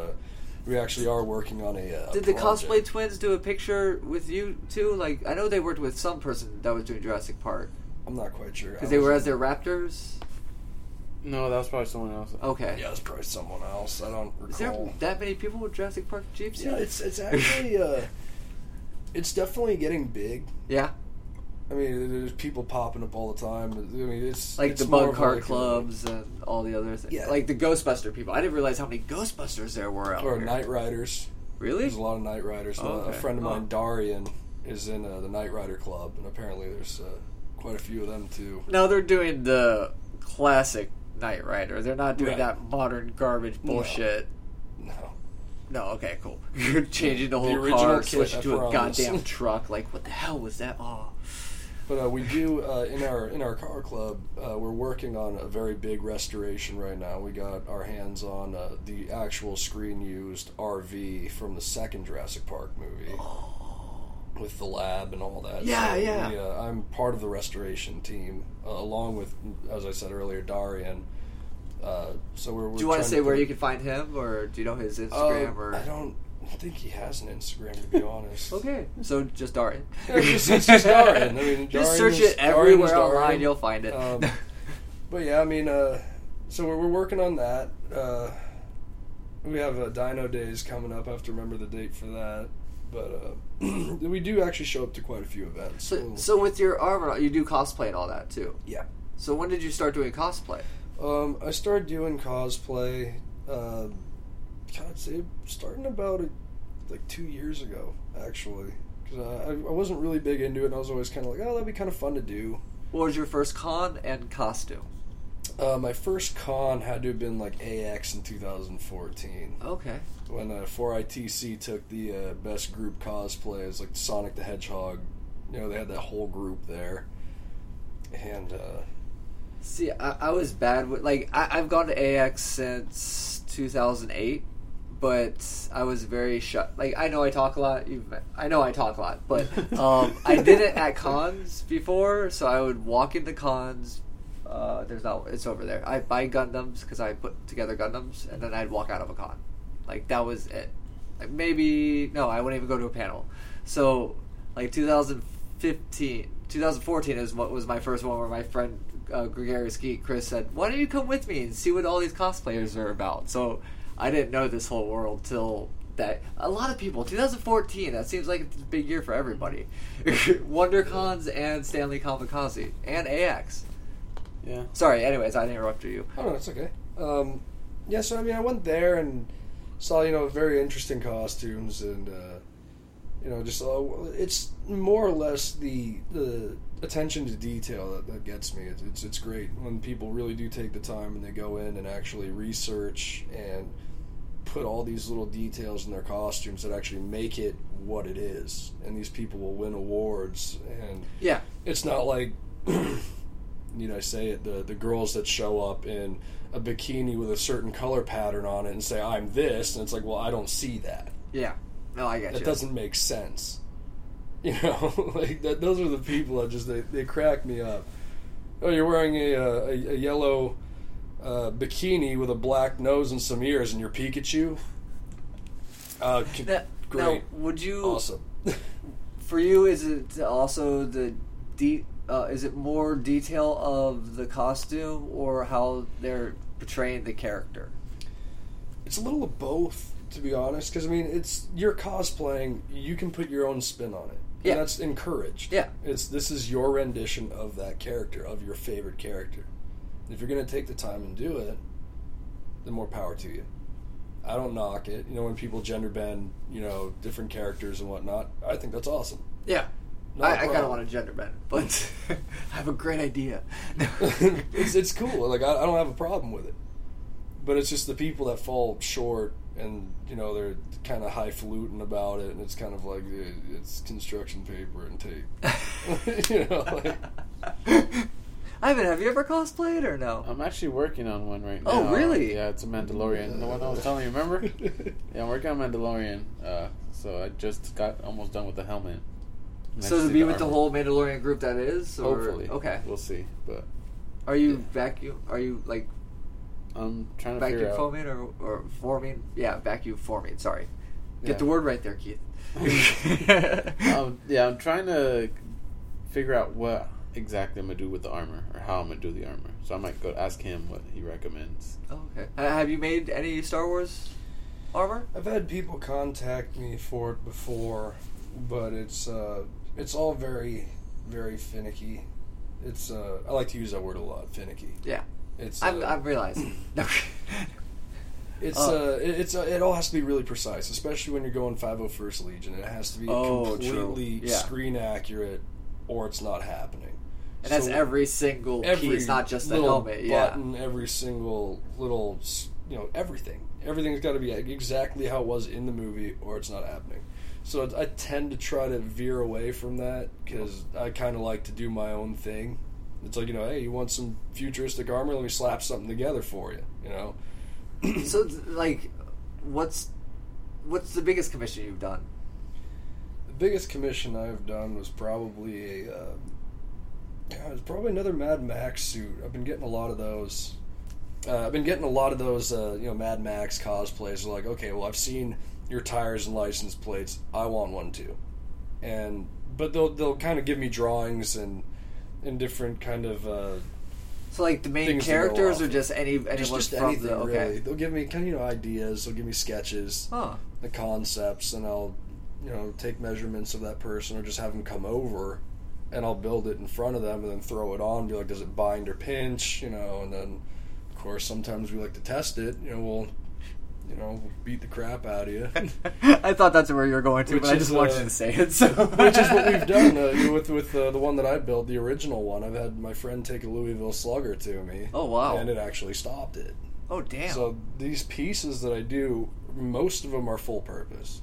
we actually are working on a. Uh, Did the project. cosplay twins do a picture with you too? Like I know they worked with some person that was doing Jurassic Park I'm not quite sure because they were as their raptors. No, that was probably someone else. Okay, Yeah, it's probably someone else. I don't recall. is there that many people with Jurassic Park jeeps? yeah, it's it's actually uh, it's definitely getting big. yeah, I mean, there's people popping up all the time. I mean, it's like it's the more bug of cart like a- clubs and all the other things. Yeah. like the Ghostbuster people. I didn't realize how many Ghostbusters there were out or here. Night Riders. really? There's a lot of Night Riders. Oh, Uh, okay. A friend of mine, Oh. Darian, is in uh, the Night Rider Club, and apparently there's uh, quite a few of them too. Now they're doing the classic Knight Rider. They're not doing Right. that modern garbage bullshit. No, No, okay, cool. You're changing the The whole original car, kit, switching I to a promise. goddamn truck. Like, what the hell was that? Oh, but uh, we do uh, in our in our car club. Uh, we're working on a very big restoration right now. We got our hands on uh, the actual screen used RV from the second Jurassic Park movie. With the lab and all that, Yeah, yeah. we, uh, I'm part of the restoration team, uh, along with, as I said earlier, Darian. Uh, so we're. we're do you want trying to Um, say where put- you can find him, or do you know his Uh, Instagram? or I don't think he has an Instagram to be honest. okay, so just Darin. Yeah, just- it's just Darin. I mean, just Darin search is- it Darin everywhere is Darin. online, you'll find it. Um, but yeah, I mean, uh, so we're, we're working on that. Uh, we have uh, Dino Days coming up. I have to remember the date for that. But uh, we do actually show up to quite a few events. so, We'll- so with your armor, you do cosplay and all that too. yeah, So when did you start doing cosplay? um, I started doing cosplay. Uh, God, say starting about a, like two years ago, actually, because I, I wasn't really big into it, and I was always kind of like, oh, that'd be kind of fun to do. What was your first con and costume? Uh, my first con had to have been like AX in 2014 Okay, when uh, 4ITC took the uh, best group cosplay. It was like Sonic the Hedgehog. You know, they had that whole group there. And uh, see, I, I was bad with like I, I've gone to AX since 2008. But I was very shut. Like I know I talk a lot. You've met, I know I talk a lot, but um, I did it at cons before. So I would walk into cons. Uh, there's not. It's over there. I buy Gundams because I put together Gundams, and then I'd walk out of a con. Like that was it. Like maybe no, I wouldn't even go to a panel. So like 2015, 2014 is what was my first one where my friend uh, Gregarious Geek Chris said, "Why don't you come with me and see what all these cosplayers are about?" So I didn't know this whole world till that a lot of people 2014 that seems like it's a big year for everybody WonderCons and Stanley Kamikaze and AX Yeah. sorry anyways I interrupted you Oh no, it's okay. Um, yeah, so I mean, I went there and saw you know very interesting costumes and uh, you know just uh, it's more or less the the attention to detail that, that gets me. It's, it's it's great when people really do take the time and they go in and actually research and put all these little details in their costumes that actually make it what it is. And these people will win awards and yeah it's not like need I say it the the girls that show up in a bikini with a certain color pattern on it and say I'm this and it's like well I don't see that yeah no I got that you doesn't make sense you know like that those are the people that just they, they crack me up oh you're wearing a uh, a, a yellow uh, bikini with a black nose and some ears and you're Pikachu uh, c- Now- great now, would you awesome for you is it also the de- uh, is it more detail of the costume or how they're portraying the character It's a little of both, to be honest. Because I mean, it's you're cosplaying. You can put your own spin on it. Yeah. and that's encouraged. Yeah. it's this is your rendition of that character, of your favorite character. And if you're gonna take the time and do it, then more power to you. I don't knock it. You know, when people gender bend, you know, different characters and whatnot, I think that's awesome. yeah I, Not a I kind of problem. want to gender bend but I have a great idea it's it's cool. Like I, I don't have a problem with it, but it's just the people that fall short and you know they're kind of highfalutin about it, and it's kind of like eh, it's construction paper and tape. you know, like, Ivan have you ever cosplayed or no I'm actually working on one right now. Oh, really? Yeah, it's a Mandalorian. The one I was telling you, remember? yeah, I'm working on Mandalorian. Uh, so I just got almost done with the helmet. And I so just to need be with the armor. whole Mandalorian group that is or- Hopefully. okay We'll see. But are you vacuum are you like I'm trying to figure vacuum out. oh. foaming or, or forming yeah vacuum forming sorry Yeah. get the word right there Keith um, yeah, I'm trying to figure out what exactly I'm gonna do with the armor or how I'm gonna do the armor. So I might go ask him what he recommends. Oh, okay. Uh, have you made any Star Wars armor? I've had people contact me for it before, but it's uh, it's all very very finicky. It's uh, I like to use that word a lot, finicky. Yeah, It's I'm, uh, I'm realizing. No. It's Uh, uh, it- it's uh, it all has to be really precise, especially when you're going 501st Legion. It has to be Oh, true. completely Yeah. screen accurate, or it's not happening. and that's So every single piece, not just the little helmet. Yeah, button, every single little, s- you know, everything. Everything's got to be exactly how it was in the movie, or it's not happening. So I tend to try to veer away from that because I kind of like to do my own thing. It's like you know, hey, you want some futuristic armor? Let me slap something together for you. You know. so it's like, what's what's the biggest commission you've done? The biggest commission I've done was probably a, uh, God, it was probably another Mad Max suit. I've been getting a lot of those. Uh, I've been getting a lot of those, uh, you know, Mad Max cosplays. They're like, okay, well, I've seen your tires and license plates. I want one too, and but they'll they'll kind of give me drawings and and different kind of. Uh, So like the main Things to go characters, off. or just any anyone just, just from anything the okay? really. They'll give me kind of you know ideas. They'll give me sketches. Huh. the concepts and I'll you know take measurements of that person or just have them come over and I'll build it in front of them and then throw it on be like does it bind or pinch you know and then of course sometimes we like to test it you know we'll you know we'll beat the crap out of you I thought that's where you were going to, Which but I is, just wanted uh, you to say it. So which is what we've done uh, you know, with with uh, the one that I built the original one I've had my friend take a Louisville slugger to me Oh, wow. and it actually stopped it oh damn! So these pieces that I do, most of them are full purpose.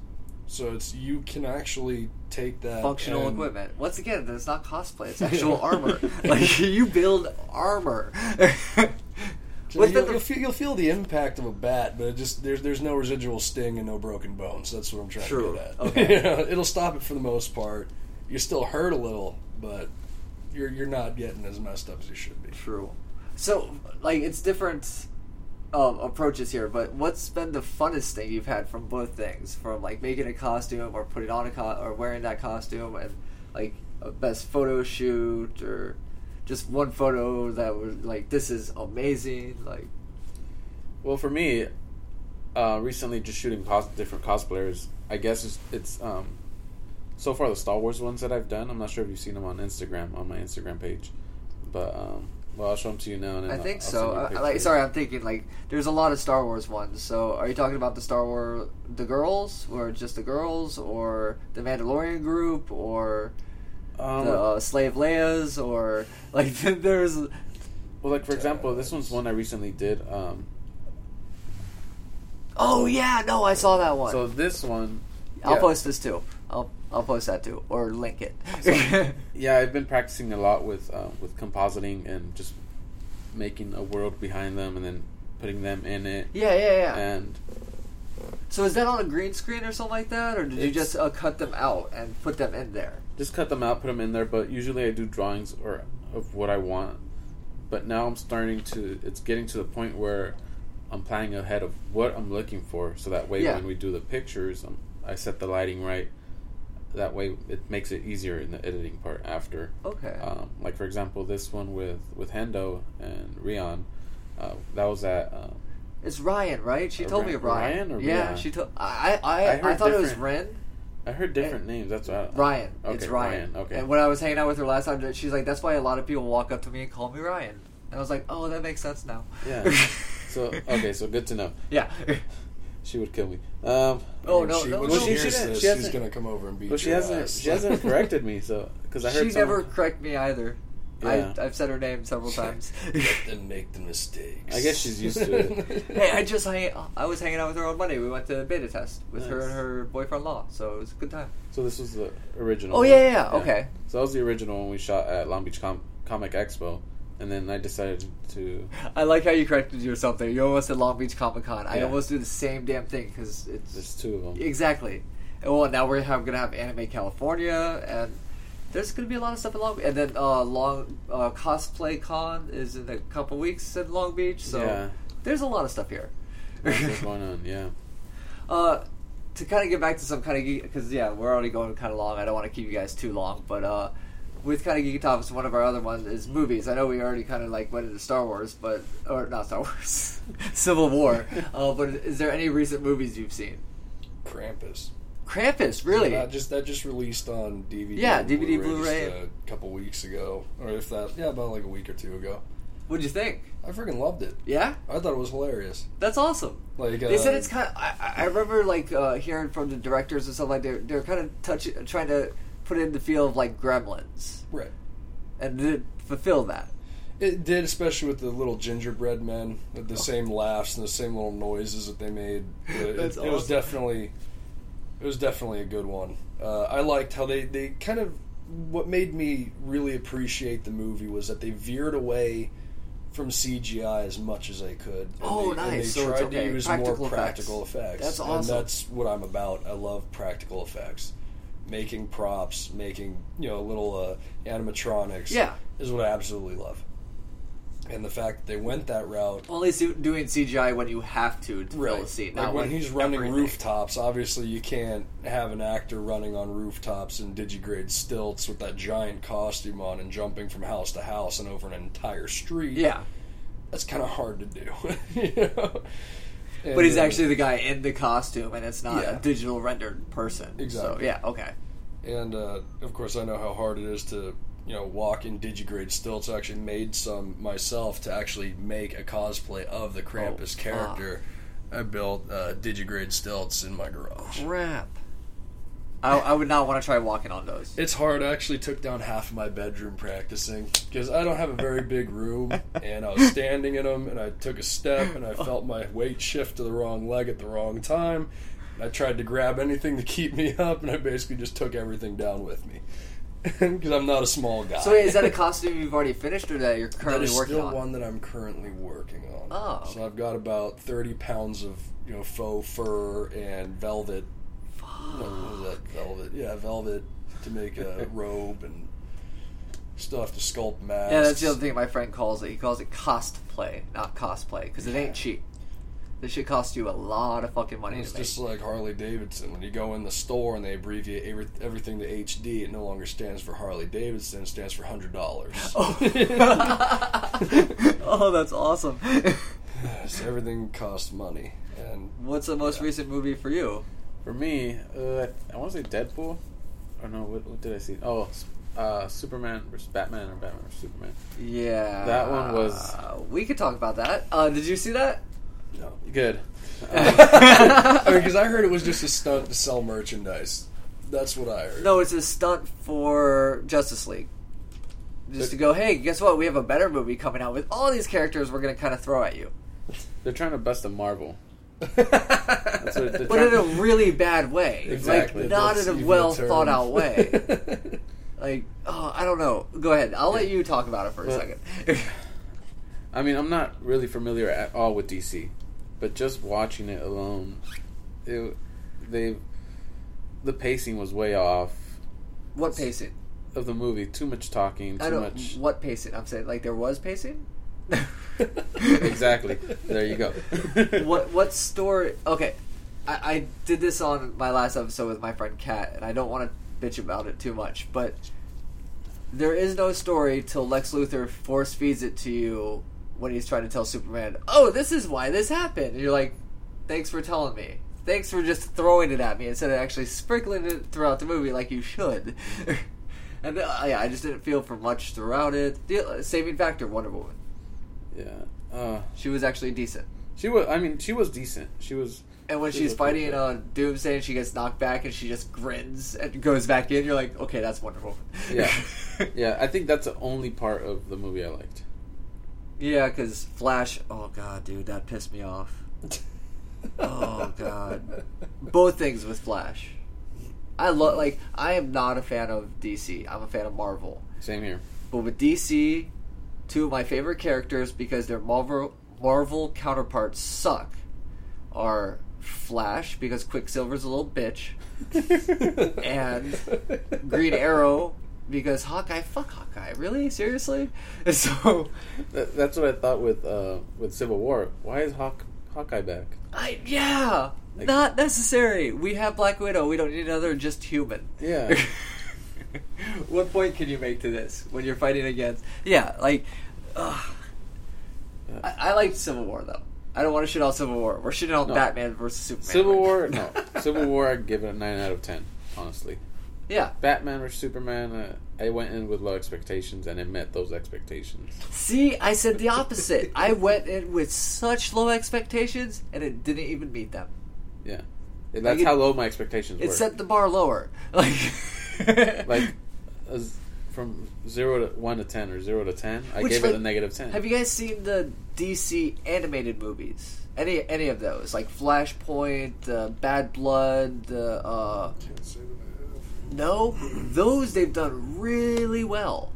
So it's you can actually take that functional and- equipment. Once again, that's not cosplay; it's actual armor. Like you build armor. So What's you'll, been the you'll feel, you'll feel the impact of a bat, but it just there's there's no residual sting and no broken bones. That's what I'm trying True. to get at. Okay. You know, it'll stop it for the most part. You still hurt a little, but you're you're not getting as messed up as you should be. True. So, like, it's different um, approaches here, but what's been the funnest thing you've had from both things, from like making a costume or putting on a co- or wearing that costume, and like a best photo shoot or just one photo that was like this is amazing, like Well, for me, uh, recently just shooting cos- different cosplayers. I guess it's, it's um, so far the Star Wars ones that I've done. I'm not sure if you've seen them on Instagram on my Instagram page, but um, well, I'll show them to you now. And then I I'll- think I'll so. send you a I, I like, picture. sorry, I'm thinking like there's a lot of Star Wars ones. So, are you talking about the Star Wars, the girls, or just the girls, or the Mandalorian group, or Um, the uh, slave Leias, or like there's well, like for example, this one's one I recently did. Um, oh yeah, no, I saw that one. so this one, I'll yeah. post this too. I'll I'll post that too, or link it. Yeah, I've been practicing a lot with uh, with compositing and just making a world behind them and then putting them in it. yeah, yeah, yeah. And so is that on a green screen or something like that, or did you It's- just uh, cut them out and put them in there? just cut them out, put them in there. But usually I do drawings or of what I want. But now I'm starting to. It's getting to the point where I'm planning ahead of what I'm looking for, so that way Yeah. when we do the pictures, i I set the lighting right. That way, it makes it easier in the editing part after. Okay. um, like for example this one with with Hendo and Rion uh, that was at um, It's Ryan, right? She Uh, told Ri- me Ryan. Ryan or yeah, Rian? she told. I I, I I, heard thought it was different. Ren. I heard different names that's what I, Ryan. Okay, it's Ryan. Ryan, okay. And when I was hanging out with her last time, she's like, "That's why a lot of people walk up to me and call me Ryan." And I was like, "Oh, that makes sense now." Yeah. so okay so good to know yeah. she would kill me um, Oh When no, she, no, when no, she she, she hears hasn't- this, she she's hasn't- gonna come over and beat but she your hasn't ass. she hasn't corrected me so because I heard never someone- correct me either. Yeah. I, I've said her name several times. Let them make the mistakes. I guess she's used to it. hey, I just hang, I was hanging out with her on Monday. We went to beta test with her Nice. and her boyfriend law, so it was a good time. so this was the original Oh, one. yeah, yeah, yeah, okay. so that was the original one we shot at Long Beach Com- Comic Expo and then I decided to I like how you corrected yourself there. You almost said Long Beach Comic Con. I Yeah. almost do the same damn thing because it's there's two of them exactly. And well, now we're have, gonna have Anime California, and there's gonna be a lot of stuff in Long. Beach. And then uh, Long uh, Cosplay Con is in a couple weeks in Long Beach, so Yeah. there's a lot of stuff here. Lots of going on yeah Uh, to kind of get back to some kind of geek, because yeah, we're already going kind of long. I don't want to keep you guys too long, but uh, with kind of geeky topics, one of our other ones is movies. I know we already kind of like went into Star Wars, but or not Star Wars, Civil War. uh, but is there any recent movies you've seen? Krampus. Krampus, really? That just that just released on DVD. Yeah, and DVD, just Blu-ray. a couple weeks ago, or if that, yeah, about like a week or two ago. What'd you think? I freaking loved it. Yeah, I thought it was hilarious. that's awesome. Like They uh, said it's kind of. I, I remember like uh, hearing from the directors and stuff like they're they're kind of touch trying to put it in the feel of like Gremlins right. and did fulfill that. It did, especially with the little gingerbread men, with the Oh. same laughs and the same little noises that they made. It, That's it, it was awesome. definitely, it was definitely a good one. Uh, I liked how they they kind of what made me really appreciate the movie was that they veered away from CGI as much as they could. And Oh, they, and nice. they So it's tried okay. to use Practical more effects. practical effects. That's And awesome. that's what I'm about. I love practical effects. Making props, making you know little uh, animatronics, Yeah. is what I absolutely love and the fact that they went that route. Well, at least you- doing CGI when you have to to fill a scene. Like not when like he's running everything. rooftops, obviously you can't have an actor running on rooftops and digigrade stilts with that giant costume on and jumping from house to house and over an entire street. Yeah, that's kind of hard to do. you know? but he's actually the guy in the costume, and it's not Yeah. a digital rendered person. So Exactly. yeah, okay. and uh, of course I know how hard it is to you know walk in digigrade stilts. I actually made some myself to actually make a cosplay of the Krampus fuck. character. I built uh, digigrade stilts in my garage. Crap. I, I would not want to try walking on those. It's hard. I actually took down half of my bedroom practicing because I don't have a very big room, and I was standing in them, and I took a step, and I felt my weight shift to the wrong leg at the wrong time. And I tried to grab anything to keep me up, and I basically just took everything down with me because I'm not a small guy. So wait, is that a costume you've already finished, or that you're that currently is working still on? one that I'm currently working on. Oh. So I've got about 30 pounds of you know faux fur and velvet. What was that? Velvet. Yeah, velvet to make a robe and stuff to sculpt masks. Yeah, that's the other thing my friend calls it. He calls it cosplay, not cosplay, because it ain't cheap. This shit costs you a lot of fucking money It's to make. just like Harley Davidson. When you go in the store and they abbreviate every, everything to HD, it no longer stands for Harley Davidson. It stands for hundred dollars. oh, that's awesome. everything costs money. And What's the most Yeah. recent movie for you? For me, uh, I want to say Deadpool. Or no, what, what did I see? Oh, s- uh, Superman versus Batman or Batman versus Superman. Yeah, That one was- We could talk about that. Uh, did you see that? no. Good. Um, I mean, because I heard it was just a stunt to sell merchandise. That's what I heard. No, it's a stunt for Justice League. Just to go, hey, guess what? We have a better movie coming out with all these characters we're going to kind of throw at you. They're trying to bust a Marvel. That's what it- But in a really bad way. Exactly. Like, not That's in a even well term. thought out way. like, oh, I don't know. Go ahead. I'll let you talk about it for a Well- second. I mean, I'm not really familiar at all with DC, but just watching it alone, it they the pacing was way off what pacing? of the movie. Too much talking. I Too don't. much. What pacing? I'm saying, like, there was pacing? exactly. There you go. what what story? Okay, I, I did this on my last episode with my friend Kat, and I don't want to bitch about it too much, but there is no story till Lex Luthor force feeds it to you when he's trying to tell Superman, "Oh, this is why this happened." And you're like, "Thanks for telling me. Thanks for just throwing it at me instead of actually sprinkling it throughout the movie like you should." and uh, yeah, I just didn't feel for much throughout it. The, uh, saving factor, Wonder Woman. Yeah. Uh, She was actually decent. she was. I mean, she was decent. She was. And when She she's looked fighting good. uh, Doomsday and she gets knocked back and she just grins and goes back in, you're like, okay, that's wonderful. Yeah. Yeah, I think that's the only part of the movie I liked. yeah, because Flash, oh god, dude, that pissed me off. Oh, God. Both things with Flash. I love, like, I am not a fan of DC, I'm a fan of Marvel. Same here. But with DC, two of my favorite characters because their Marvel Marvel counterparts suck are Flash because Quicksilver's a little bitch. And Green Arrow because Hawkeye, fuck Hawkeye, really seriously. And so That, that's what I thought with uh, with Civil War. Why is Hawk Hawkeye back? I yeah, Like- not necessary. We have Black Widow. We don't need another just human. Yeah. what point can you make to this when you're fighting against? Yeah, like, ugh. I, I liked Civil War though. I don't want to shit on Civil War. We're shitting on No. Batman versus Superman. Civil right War, now. no. Civil War, I'd give it a nine out of ten. Honestly, yeah. Batman or Superman, uh, I went in with low expectations and it met those expectations. See, I said the opposite. I went in with such low expectations, and it didn't even meet them. Yeah, And that's Like it- how low my expectations It were. set the bar lower. Like, like a z- from zero to one to ten or zero to ten, I Which, gave like, it a negative ten. have you guys seen the DC animated movies? Any any of those? Like Flashpoint, uh, Bad Blood. Uh, uh, Can't say that no, those they've done really well.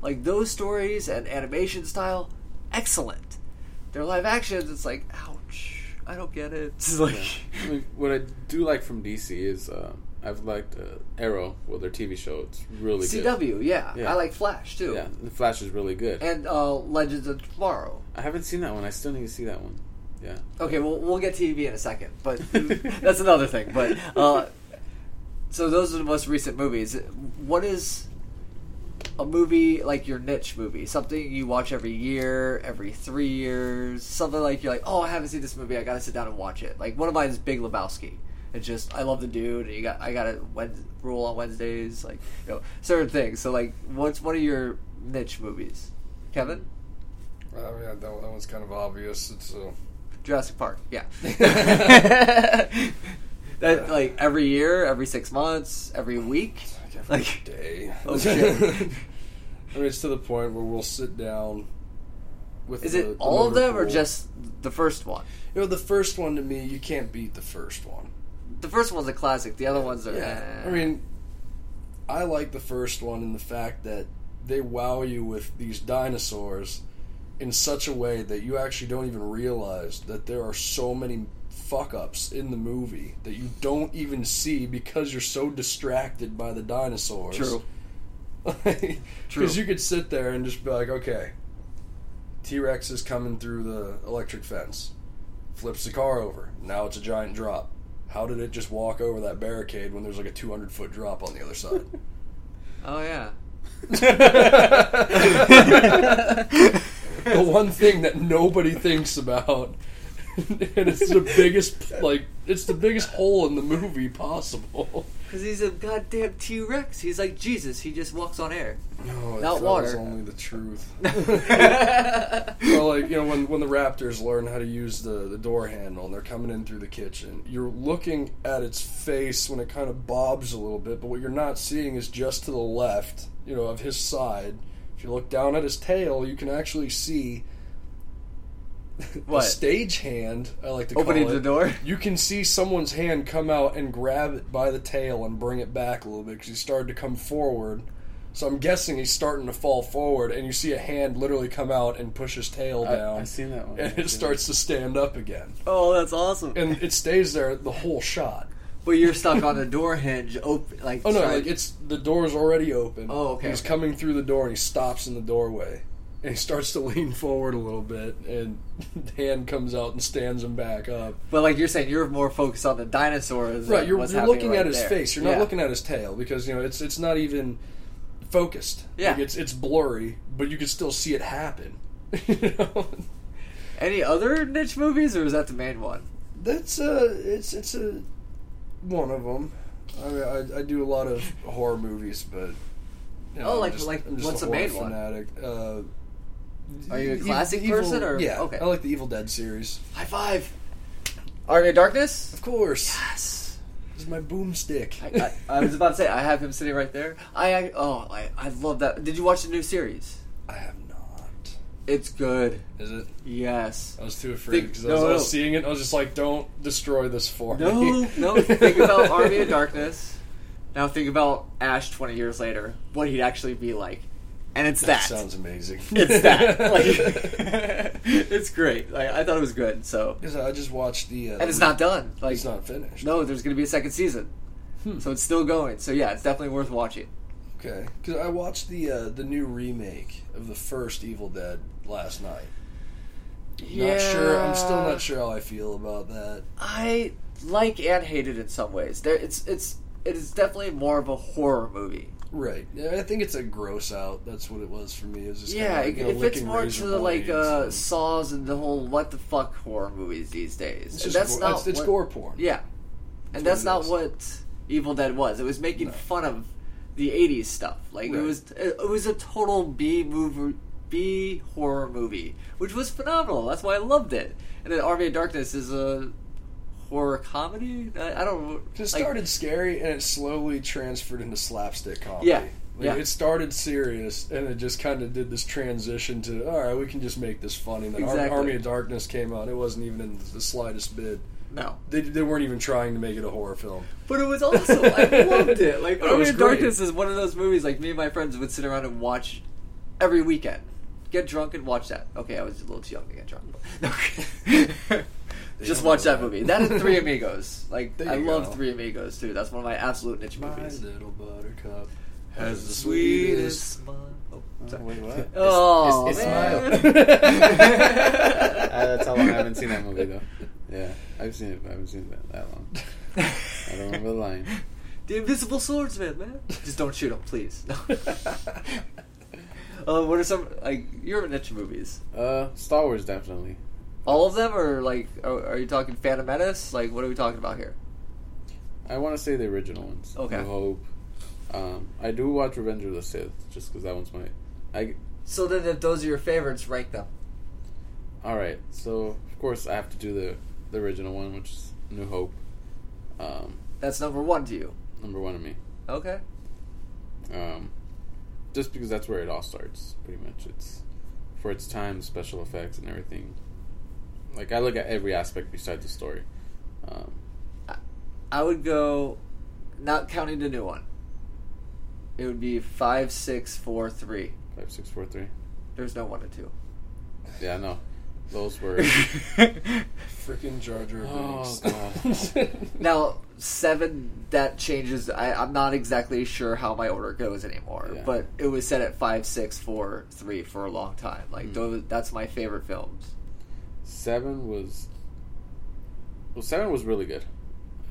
Like those stories and animation style, excellent. Their live actions, it's like, ouch, I don't get it. It's like, I mean, what I do like from DC is uh, I've liked uh, Arrow. Well, their TV show it's really good. CW, yeah. Yeah. I like Flash too. Yeah, The Flash is really good. And uh, Legends of Tomorrow. I haven't seen that one. I still need to see that one. Yeah, Okay, we'll, we'll get TV in a second, but that's another thing. But uh, so those are the most recent movies. What is a movie like your niche movie? Something you watch every year, every three years, something like you're like, oh, I haven't seen this movie. I gotta sit down and watch it. Like one of mine is Big Lebowski. It's just I love the dude. And you got I got a Wed- rule on Wednesdays, like you know, certain things. So like, what's one of your niche movies? Kevin, I mean, that, that one's kind of obvious. It's uh, Jurassic Park. Yeah. that like every year, every six months, every week. like every Like- day. Oh, shit. I mean, it's to the point where we'll sit down. With Is the- it the all of them or Liverpool- just the first one? You know, the first one to me, you can't beat the first one. The first one's a classic. The other ones are. eh. Yeah. I mean, I like the first one in the fact that they wow you with these dinosaurs in such a way that you actually don't even realize that there are so many fuck ups in the movie that you don't even see because you're so distracted by the dinosaurs. true. True. Because you could sit there and just be like, okay, T Rex is coming through the electric fence, flips the car over. Now it's a giant drop. How did it just walk over that barricade when there's like a 200 foot drop on the other side? Oh yeah. the one thing that nobody thinks about and it's the biggest like it's the biggest hole in the movie possible. Because he's a goddamn T Rex. He's like Jesus. He just walks on air. No, Not that water. was only the truth. well, well, like you know, when when the Raptors learn how to use the the door handle and they're coming in through the kitchen, you're looking at its face when it kind of bobs a little bit, but what you're not seeing is just to the left, you know, of his side. If you look down at his tail, you can actually see What? a stage hand. I like to call Opening it. the door? You can see someone's hand come out and grab it by the tail and bring it back a little bit because he started to come forward. So I'm guessing he's starting to fall forward, and you see a hand literally come out and push his tail down, I've seen that one. and it starts to stand up again, oh, that's awesome. and it stays there the whole shot. But you're stuck on the door hinge open. Like Oh no! trying- Like it's the door's already open. Oh, okay, He's okay. coming through the door, and he stops in the doorway, and he starts to lean forward a little bit, and the hand comes out and stands him back up. But like you're saying, you're more focused on the dinosaurs. Right, you're, what's you're happening looking right at his there. face. You're not Yeah. looking at his tail because you know it's it's not even focused. Yeah. like it's it's blurry, but you can still see it happen. you know, Any other niche movies, or is that the main one? that's uh, it's it's a one of them. I mean, I, I do a lot of horror movies, but you Oh, I'm like- like, what's the horror main one? Fanatic. Uh, Are you a the- classic the Evil- person, or- yeah? okay. I like the Evil Dead series, High five. Army of Darkness. of course. Yes. This is my boomstick. I, I, I was about to say I have him sitting right there. I, I oh I, I love that. Did you watch the new series? I have not. It's good. Is it? Yes. I was too afraid Think- because I was no, I was no. seeing it. and I was just like, "Don't destroy this for No, me." no. Think about Army of Darkness. Now think about Ash twenty years later. What he'd actually be like, and it's That that. sounds amazing. it's that. Like, it's great. Like, I thought it was good. So, 'Cause I just watched the. Uh, and it's not done. Like, It's not finished. no, there's going to be a second season. So it's still going. So yeah, it's definitely worth watching. Okay. Because I watched the uh, the new remake of the first Evil Dead last night. Not sure. I'm still not sure how I feel about that. I like and hate it in some ways. There, it's it's it is definitely more of a horror movie. Right. Yeah, I think it's a gross out. That's what it was for me. It was just yeah, kinda, it, you know, it fits licking more razor to the like blades uh, and- saws and the whole what the fuck horror movies these days. It's And just that's gore- not it's, it's what- gore porn. Yeah, and That's that's what not it what Evil Dead was. It was making No. fun of the '80s stuff. Like Right. it was, it was a total B movie, B horror movie, which was phenomenal. That's why I loved it. And then Army of Darkness is a horror comedy. I, I don't. It like, started scary and it slowly transferred into slapstick comedy. Yeah, Like, yeah. It started serious and it just kind of did this transition to, all right, we can just make this funny. And then Ar- Exactly. Army of Darkness came out. It wasn't even in the slightest bit. no, They, they weren't even trying to make it a horror film. but it was awesome. I loved it. Like But it Army was of great. Darkness is one of those movies. Like me and my friends would sit around and watch every weekend. Get drunk and watch that. Okay, I was a little too young to get drunk. but- No. Just don't watch know that that. movie. That and Three Amigos. Like There I you love go. Three Amigos too. That's one of my absolute niche movies. little buttercup has the smile. Oh, sorry. Wait, what? Oh, it's, it's man. Smile. Uh, that's how long I haven't seen that movie though. Yeah, I've seen it, but I haven't seen it that, that long. I don't remember the line. Oh. The Invisible Swordsman, man. Just don't shoot him, please. uh, what are some like your niche movies? Uh, Star Wars definitely. All of them, or like, are, are you talking Phantom Menace? Like, what are we talking about here? I want to say the original ones. Okay. New Hope. Um, I do watch Revenge of the Sith just because that one's my. I So then, if those are your favorites, rank them. all right. So of course I have to do the the original one, which is New Hope. Um, That's number one to you. number one of me. Okay. um, just because that's where it all starts. Pretty much, it's for its time, special effects, and everything. Like I look at every aspect besides the story. Um, I would go, not counting the new one. It would be five, six, four, three. five, six, four, three. There's no one and two. Yeah, no, those were. Freaking Jar Jar Oh, Binks. now seven that changes. I, I'm not exactly sure how my order goes anymore, Yeah. but it was set at five, six, four, three for a long time. Like those, that's my favorite films. seven was. Well, seven was really good.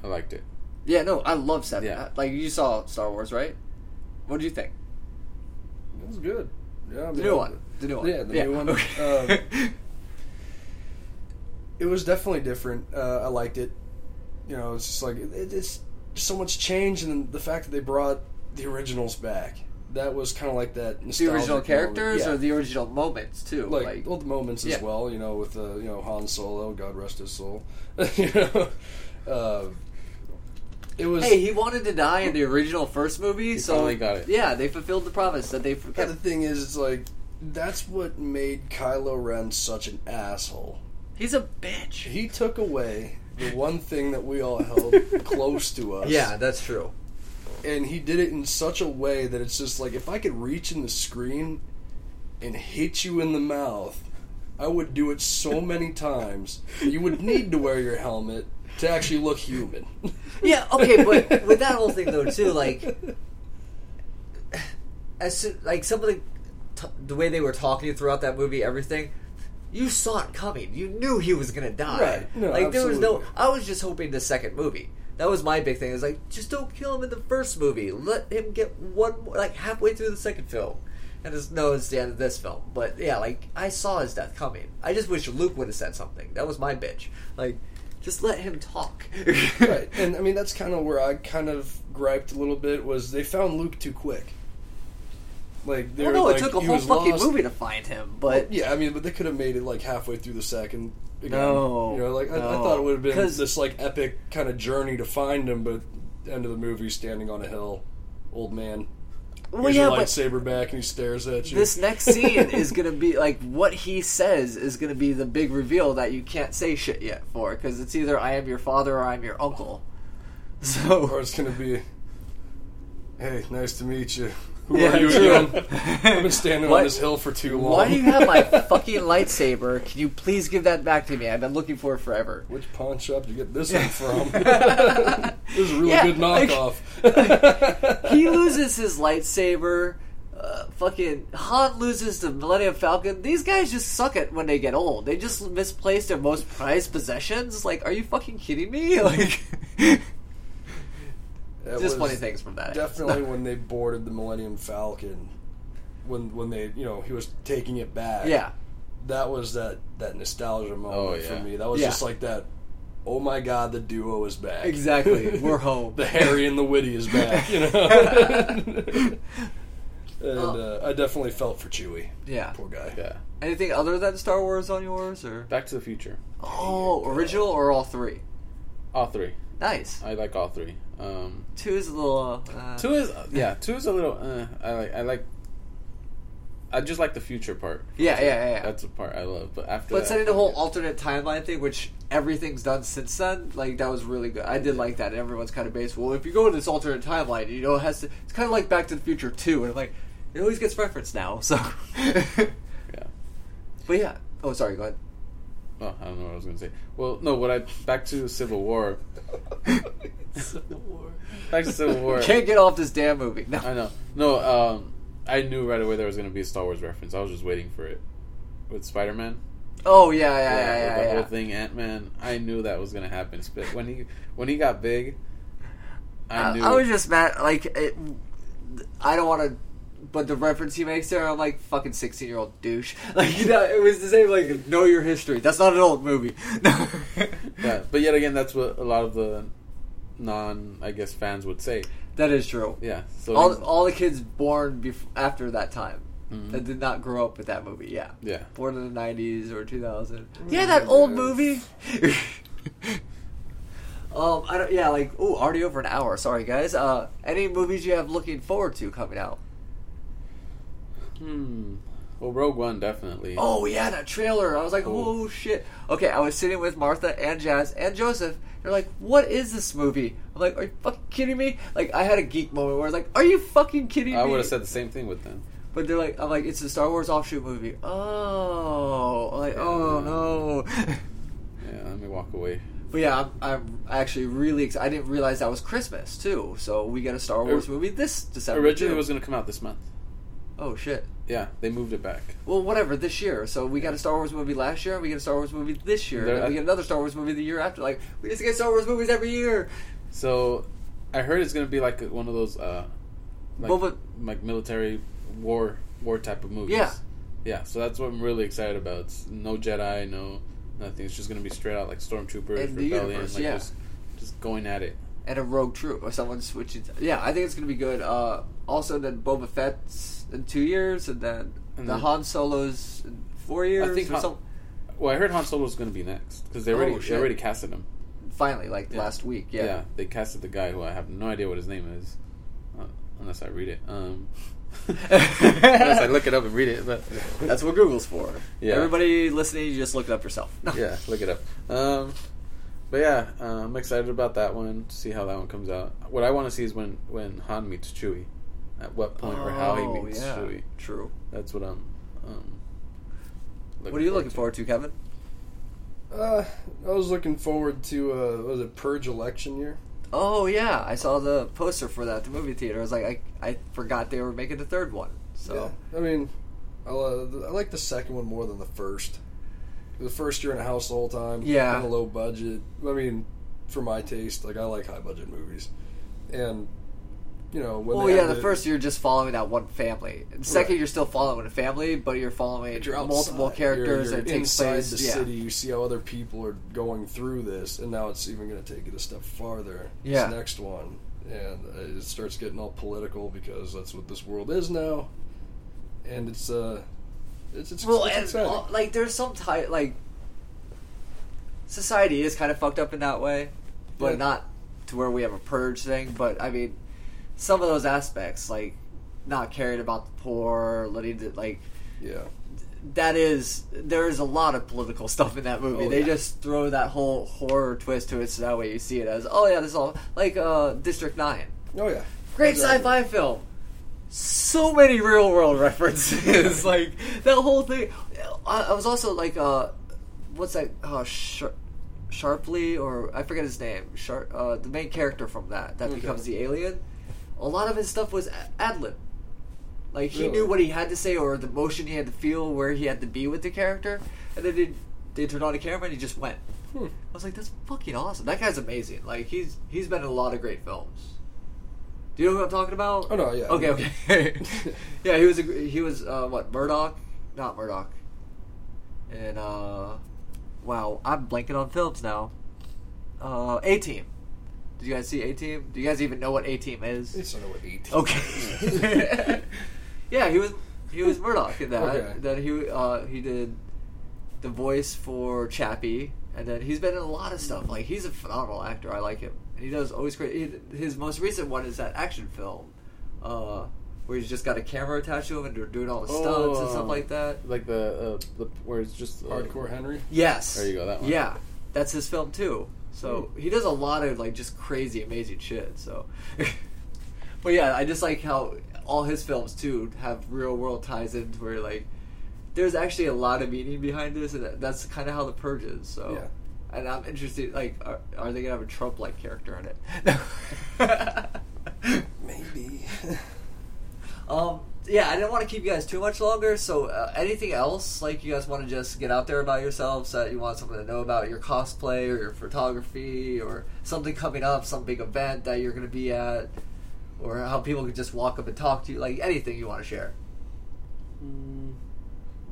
I liked it. Yeah, no, I love seven. Uh, Yeah. Like you saw Star Wars, right? What do you think? That was good. Yeah, I The mean, new one. The new one. Yeah, the new one. Okay. it was definitely different. Uh, I liked it. You know, it's just like it, it's just so much change, and then the fact that they brought the originals back. That was kind of like that. the nostalgic original moment. characters Yeah. or the original moments too. like, Like, well, the moments as yeah. well. You know, with uh, you know Han Solo, God rest his soul. you know, uh, it was. hey, he wanted to die in the original first movie, so finally got it. yeah, they fulfilled the promise that they f- But the kept. thing is, it's like that's what made Kylo Ren such an asshole. He's a bitch. He took away the one thing that we all held close to us. Yeah, that's true. and he did it in such a way that it's just like if I could reach in the screen and hit you in the mouth, I would do it so many times. You would need to wear your helmet to actually look human. Yeah, okay, but with that whole thing though too, like as soon, like some of the t- the way they were talking throughout that movie, everything. You saw it coming. You knew he was gonna die. Right. No, like there was no. absolutely. I was just hoping the second movie. That was my big thing. It was like just don't kill him in the first movie. Let him get one more, like halfway through the second film, and it's no, it's the end of this film. But yeah, like I saw his death coming. I just wish Luke would have said something. That was my bitch. Like just let him talk. right. And I mean that's kind of where I kind of griped a little bit was they found Luke too quick. Like they Well, were no, like, it took a he whole was fucking lost. movie to find him, but Yeah, I mean, but they could have made it like halfway through the second. Again. No, you know, like I, I no. thought it would have been 'Cause- this like epic kind of journey to find him, but end of the movie, standing on a hill, old man, well, here's yeah, your but lightsaber back, and he stares at you. this next scene is gonna be like what he says is gonna be the big reveal that you can't say shit yet for because it's either I am your father or I'm your uncle. or So it's gonna be, hey, nice to meet you. Who Yeah, are you true. again? I've been standing Why- on this hill for too long. why do you have my fucking lightsaber? Can you please give that back to me? I've been looking for it forever. Which pawn shop did you get this one from? this is a really Yeah, good like- knockoff. he loses his lightsaber. Uh, fucking Han loses the Millennium Falcon. These guys just suck at when they get old. They just misplace their most prized possessions. Like, are you fucking kidding me? Like, That just funny was- things from that. definitely when they boarded the Millennium Falcon, when when they you know he was taking it back. Yeah. that was that that nostalgia moment Oh, for yeah. me. That was Yeah. just like that. Oh my God, the duo is back. Exactly. We're home. the Harry and the Witty is back. You know. and uh, I definitely felt for Chewie. Oh. Yeah. Poor guy. Yeah. Anything other than Star Wars on yours, or Back to the Future. oh, original or all three? All three. Nice. I like all three. Um, Two is a little. Uh, two is yeah. Two is a little. Uh, I like. I like. I just like the future part. Yeah, yeah, yeah. yeah. That's the part I love. But after But that, setting the whole alternate timeline thing, which everything's done since then, like that was really good. I did like that. Everyone's kind of based. Well, if you go to this alternate timeline, you know, it has to. It's kind of like Back to the Future too, and like it always gets referenced now. So, yeah. but yeah. Oh, sorry. Go ahead. Oh, I don't know what I was gonna say. Well, no. What I back to Civil War. Back to Civil War. Can't get off this damn movie. No. I know. No. Um, I knew right away there was gonna be a Star Wars reference. I was just waiting for it with Spider Man. Oh yeah, yeah, yeah, yeah, the yeah. whole yeah. thing Ant Man. I knew that was gonna happen. But when he when he got big, I I, knew. Uh, I was just mad. Like, it, I don't want to. But the reference he makes there, I'm like fucking sixteen year old douche. Like, you know, it was the same. Like, know your history. That's not an old movie. No. yeah, but yet again, that's what a lot of the non, I guess, fans would say. That is true. Yeah. So All, he's- all the kids born bef- after that time Mhm. that did not grow up with that movie. Yeah. yeah. Born in the 90s or 2000. Yeah, that old movie. um, I don't, yeah, like, oh, already over an hour. Sorry, guys. Uh, any movies you have looking forward to coming out? Hmm. Well, Rogue One definitely. Oh yeah, that trailer. I was like, Cool. oh shit. Okay, I was sitting with Martha and Jazz and Joseph. They're like, what is this movie? I'm like, are you fucking kidding me? Like, I had a geek moment where I was like, are you fucking kidding me? I would have said the same thing with them. But they're like, I'm like, it's a Star Wars offshoot movie. Oh, I'm like, oh no. Yeah. Let me walk away. but yeah, I'm, I'm actually really. Ex- I didn't realize that was Christmas too. So we get a Star Wars movie this December. Originally, too. it was gonna come out this month. Oh shit. Yeah, they moved it back. Well, whatever. This year, so we got a Star Wars movie last year, and we get a Star Wars movie this year, and There- then we get another Star Wars movie the year after. Like we just get Star Wars movies every year. So, I heard it's gonna be like one of those, uh, like, Boba- like military war war type of movies. Yeah. Yeah. So that's what I'm really excited about. It's no Jedi, no nothing. It's just gonna be straight out like stormtrooper In the rebellion, universe, like yeah. just, just going at it. and a rogue troop or someone switching. Yeah, I think it's gonna be good. Uh, also, then Boba Fett's in two years, and then And the then- Han Solo's in four years. think or Han- some- Well, I heard Han Solo's gonna be next because they Oh, already they shit. already casted him. finally, like Yeah. last week. Yeah. Yeah. they casted the guy who I have no idea what his name is, uh, unless I read it. Um, unless I look it up and read it, but that's what Google's for. Yeah. Everybody listening, you just look it up yourself. No. yeah, look it up. Um, but yeah, uh, I'm excited about that one. To see how that one comes out. What I want to see is when when Han meets Chewie, at what point or how he Oh, meets yeah. Chewie. True. That's what I'm. Um, what are you looking forward to, Kevin? Uh, I was looking forward to uh, what was it purge election year? Oh yeah, I saw the poster for that at the movie theater. I was like, I, I forgot they were making the third one. So Yeah. I mean, I, lo- I like the second one more than the first. The first year in a house the whole time. Yeah. kinda low budget. I mean, for my taste, like I like high budget movies, and you know when. well, they Oh, yeah, had the first you're just following that one family. And second, Right. you're still following a family, but you're following you're multiple outside, characters you're, you're and it takes inside place. the yeah. city. You see how other people are going through this, and now it's even going to take it a step farther. Yeah. this next one, and uh, it starts getting all political because that's what this world is now, and it's uh, it's it's, Well, it's and exciting. all- like there's some type like society is kind of fucked up in that way, but Yeah. not to where we have a purge thing. But I mean, some of those aspects, like not caring about the poor, letting the, like yeah, that is there is a lot of political stuff in that movie. Oh, they yeah. just throw that whole horror twist to it, so that way you see it as oh yeah, this is all like uh, District Nine, oh yeah, great Exactly. sci-fi film. So many real world references, like that whole thing. I, I was also like, uh, what's that? Uh, Shar Sharpley or I forget his name. Shar uh, the main character from that that Okay. becomes the alien. A lot of his stuff was a- ad lib. Like he Really? knew what he had to say or the motion he had to feel, where he had to be with the character, and then they, they turned on the camera and he just went. Hmm. I was like, that's fucking awesome. That guy's amazing. Like he's he's been in a lot of great films. Do you know who I'm talking about? Oh, no, yeah. Okay, okay. yeah, he was a, gr- he was uh, what Murdoch, not Murdoch, and uh, wow, I'm blanking on films now. Uh, A Team. Did you guys see A Team? Do you guys even know what A Team is? it's under what eighteen. Okay. yeah, he was he was Murdoch in that. Okay. Then he uh, he did the voice for Chappie, and then he's been in a lot of stuff. Like he's a phenomenal actor. I like him, and he does always great. He, his most recent one is that action film, uh, where he's just got a camera attached to him and they're doing all the stunts and stuff like that. Oh. Like the, uh, the where it's just uh, Hardcore Henry. Yes. There you go, that one. Hmm. Yeah, that's his film too. So he does a lot of like just crazy, amazing shit. So, but yeah, I just like how all his films too have real world ties into where like there's actually a lot of meaning behind this, and that- that's kind of how the purge is. So. Yeah. And I'm interested, like, are, are they gonna have a Trump-like character in it? Maybe. um, yeah, I didn't want to keep you guys too much longer. So, uh, anything else like you guys want to just get out there about yourselves that you want someone to know about your cosplay or your photography or something coming up, some big event that you're going to be at, or how people can just walk up and talk to you, like anything you want to share. Mm.